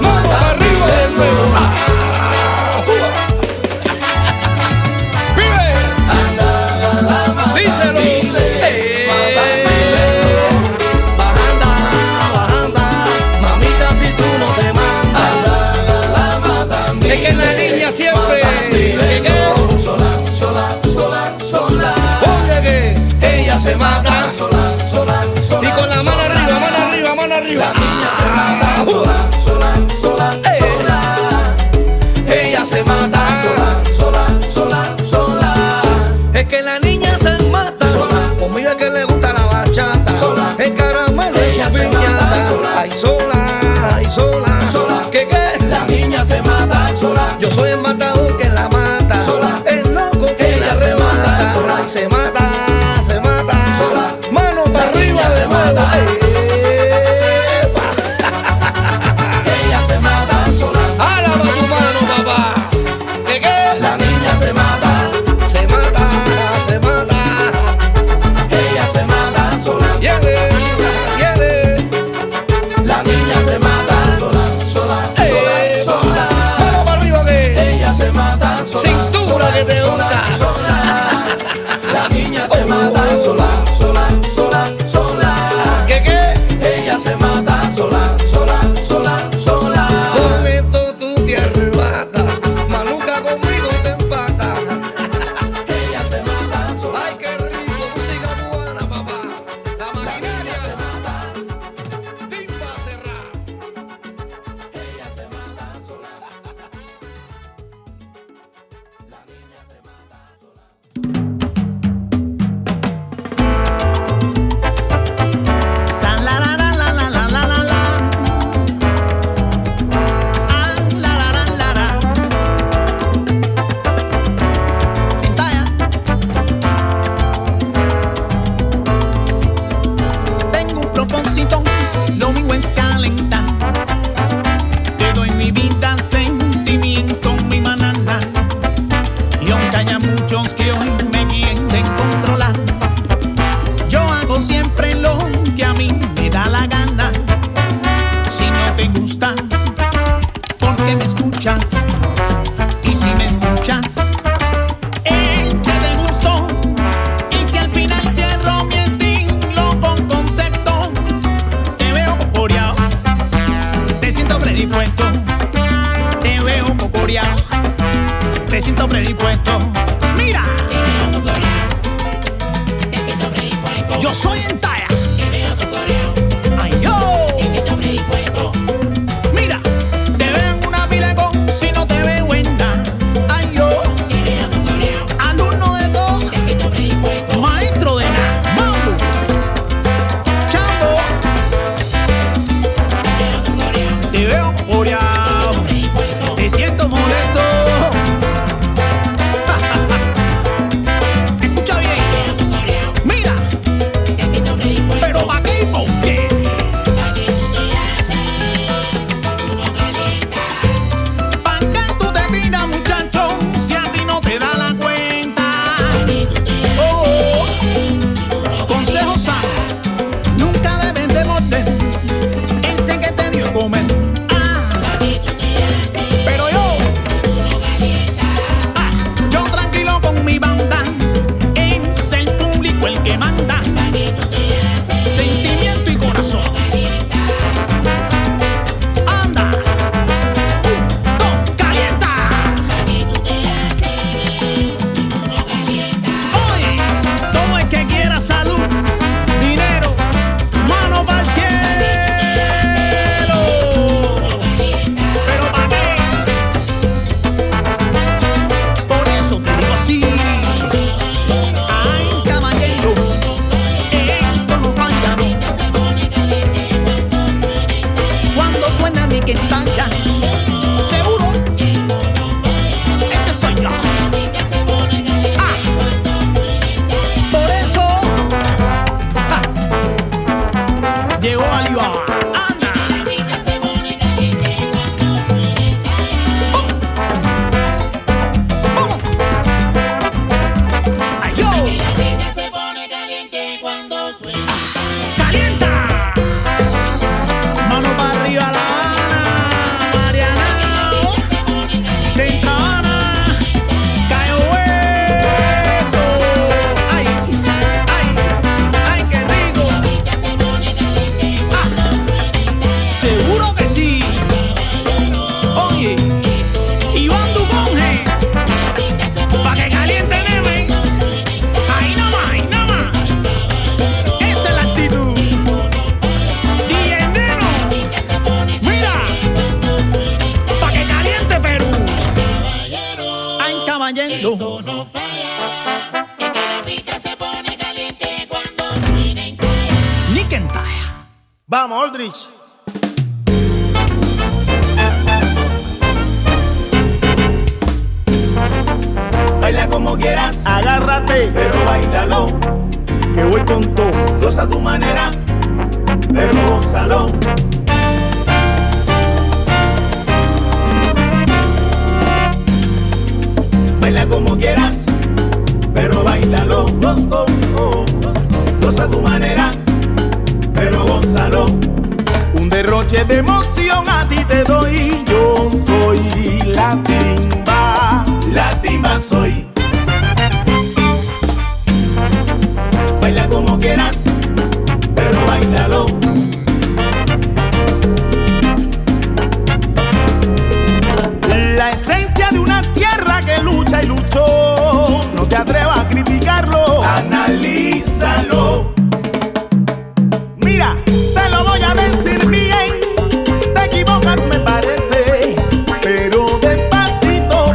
Vamos para arriba de nuevo. ¡Vive! Díselo. Eh. Bajanda, bajanda. Mamita, si tú no te mandas. Es que la niña siempre. que que- Oye, que ella se mata. Y con la mano arriba, mano arriba, mano arriba. Ah, uh. Eh. Ella se mata. Es que la niña se mata. Conmigo es que le gusta la bachata. El caramelo y su piñata. Ay, sola, ay, sola. ¿Qué, qué? La niña se mata sola. Yo soy el matador que la mata. Sola. El loco que la remata. Ay, se mata, se mata. Sola. Mano para arriba de mata. [LAUGHS] Ella se mata sola. Ahora va tu mano, papá. ¿Qué, qué? La niña se mata. Se mata, se mata. Ella se mata sola. Yele, yele. La niña se mata sola, sola, sola, sola. Mano para arriba que ella se historia. Te siento predispuesto. Mira. Yo soy en talla. Ay, yo. Mira. Te veo en una pila con si no te veo en nada. Ay, yo. Alumno de todo. Maestro de nada. Mambo. Chambo. Te veo coreado. Te siento molesto. [LAUGHS] Escucha bien. Mira. Pero pa' qué, ¿por qué? Pa' qué tú te tiras, muchacho, si a ti no te da la cuenta. Oh, oh. Consejo sano. Nunca debes de morder ese que te dio a comer. Ah, Pero yo, ah, yo tranquilo con mi banda, es el público el que manda. Sentimiento y corazón. Anda, un, dos, calienta. Oye, todo el que quiera salud, dinero, mano para el cielo. Pero para qué? Por eso te digo así. Ay, caballero, esto no falla. Cuando suena mi quintalla, seguro, ese soy yo. Ah, por eso, ja, llegó Alibaba. Oh, Ay, yo. ¡Calienta! Mano para arriba, La Habana, Marianao, Centro Habana, Cayo Hueso. ¡Ay, ay, ay, qué rico! Ah, ¡Seguro que sí! Oye, Iván Duconge, pa' que caliente, nene. Ahí nomás, ahí nomás. Esa es la actitud. DJ Neno. Mira. Pa' que caliente Perú. Ay, caballero. Nick and Taya. Vamos, Aldrich.
Baila como quieras, agárrate, pero bailalo. Que voy con todo, goza a tu manera, pero gózalo. Baila como quieras, pero bailalo. Oh, oh, oh. Goza a tu manera, pero gózalo.
Un derroche de emoción a ti te doy. Yo soy la timba, la timba soy.
Baila como quieras, pero bailalo.
La esencia de una tierra que lucha y luchó. No te atrevas a criticarlo. Analízalo. Mira, te lo voy a decir bien. Te equivocas, me parece. Pero despacito.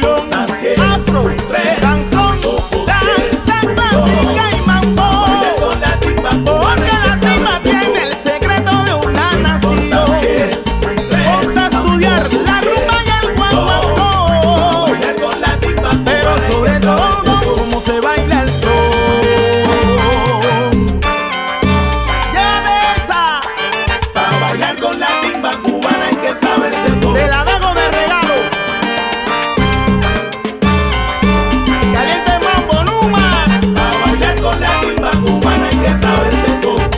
mambo en tres. Danzón, danza, música y mambo. Porque la cima tiene el secreto de un nacido. Ponte a estudiar la rumba y el guaguancó. Pero sobre todo, cómo se baila el sol. Ya de esa. Para bailar con la timba cubana hay que saber de todo. Te la dejo de regalo. Caliente mambo Numa. Para bailar con la timba cubana hay que saber de todo.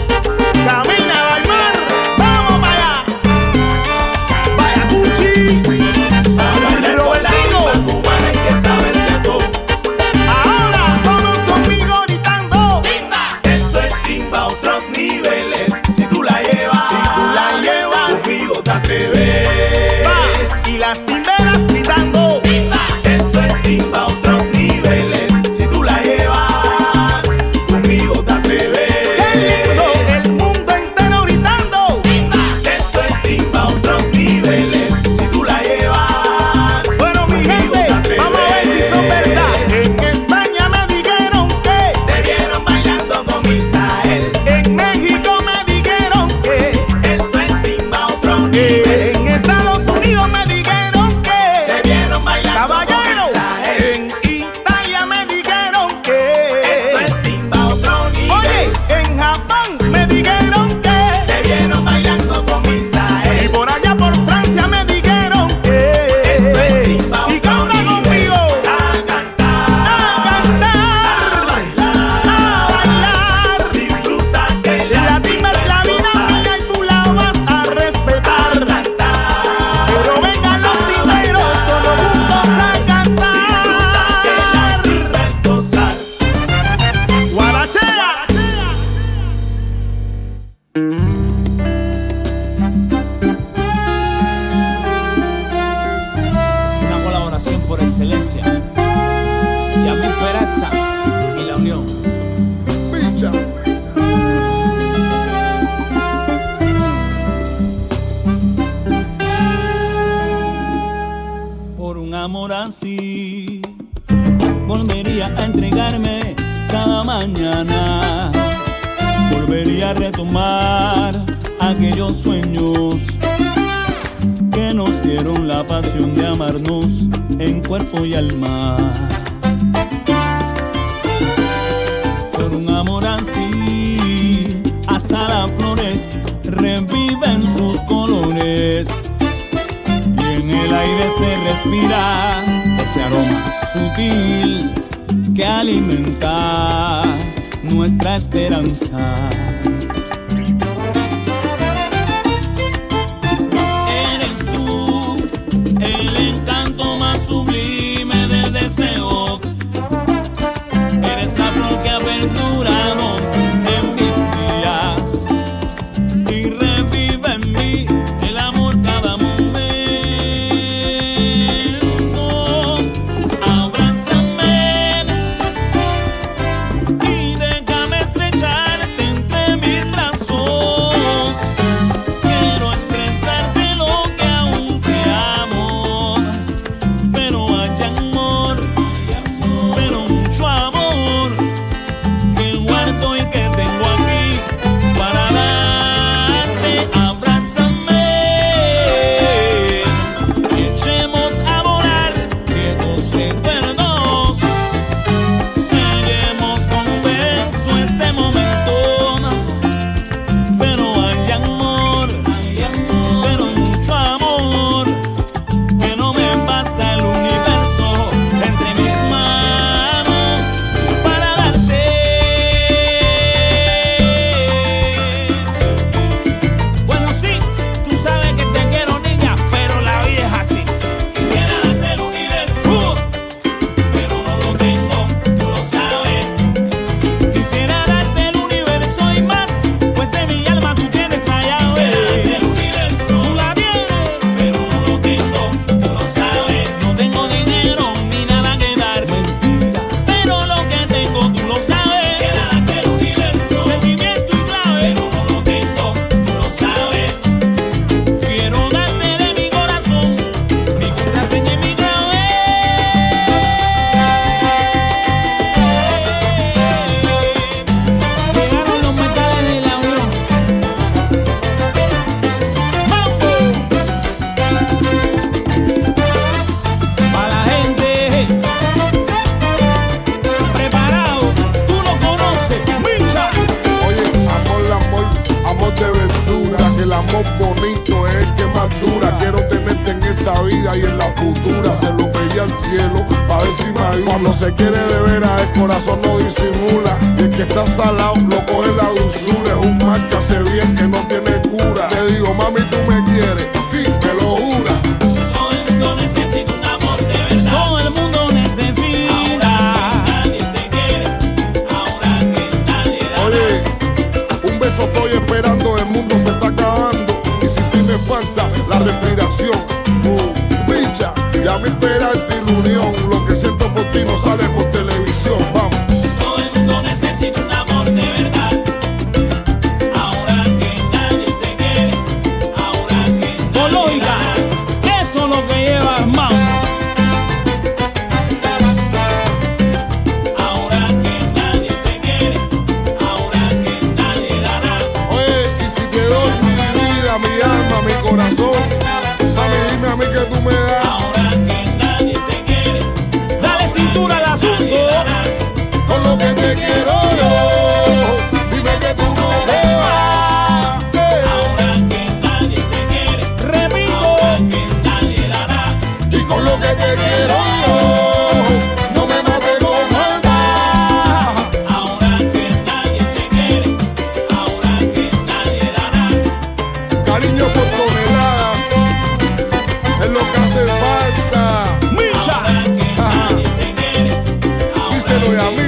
Camina Balmar, vamos para allá. Vaya Cuchi. Para bailar con la timba cubana hay que saber de todo. Ahora todos conmigo gritando. Timba. Esto es timba a otros niveles. Si tú la llevas, si tú la llevas, conmigo te atreves. Y las timberas gritando. Timba. Esto es timba a otros niveles. Si tú la llevas, conmigo te atreves. Qué lindo el mundo entero gritando. Timba. Esto es timba a otros niveles. Si tú la llevas, bueno mi gente, vamos a ver si son verdad. En España me dijeron que te vieron bailando con Misael. En México me dijeron que Eh, esto es timba otro nivel. En Estados Unidos me dijeron que te vieron bailando Caballero. En Italia me dijeron que esto es timba otro nivel. Oye, en Japón me dijeron que te vieron bailando con Misael. Y por allá por Francia me dijeron que esto es timba otro nivel. Y canta conmigo. La timba es la vida mía y tú la vas a respetar. Pero vengan los timberos todos juntos a cantar. Guarachera.
Una colaboración por excelencia. Yamil Peralta y La Unión.
Por un amor así, volvería a entregarme cada mañana. Volvería a retomar aquellos sueños que nos dieron la pasión de amarnos en cuerpo y alma. Por un amor así, hasta las flores reviven sus colores y en el aire se respira ese aroma sutil que alimenta nuestra esperanza.
Eres tú el encanto más sublime del deseo. Eres la flor que ha perdurado en mis días y revive en mí el amor cada momento. Abrázame y déjame estrecharte entre mis
este pues
cielo, pa' ver si me ayuda. Cuando se quiere de veras, el corazón no disimula. Y el que está salado, lo coge la dulzura. Es un mal que hace bien, que no tiene cura. Te digo, mami, tú me quieres, sí, me lo jura.
Todo el mundo necesita un amor de verdad. Todo el mundo necesita. Ahora que nadie se quiere. Ahora que nadie da.
Oye, un beso estoy esperando, el mundo se está acabando. Y sin ti me falta la respiración. Uh, bicha, ya me espera en ti la unión. Lo que siento por ti no sale por televisión. Vamos.
Todo el mundo necesita un amor de verdad. Ahora que nadie se quiere. Ahora que nadie da.
Esto es lo que lleva más.
Ahora que nadie se quiere. Ahora que nadie dará.
Oye, y si te doy mi vida, mi alma, mi corazón, mami, dime a mí que tú me das.
Ahora que nadie se quiere.
Dale cintura al asunto. Con lo que te quiero yo. Dime que tú no te vas.
Ahora que nadie se quiere.
Repito.
Ahora que nadie dará.
Y con lo que te quiero yo. No me mates con alma.
Ahora que nadie se quiere. Ahora que nadie dará.
Cariño por toneladas. Es lo que hace falta.
Ahora que nadie se quiere.
Ah. Díselo y a mí.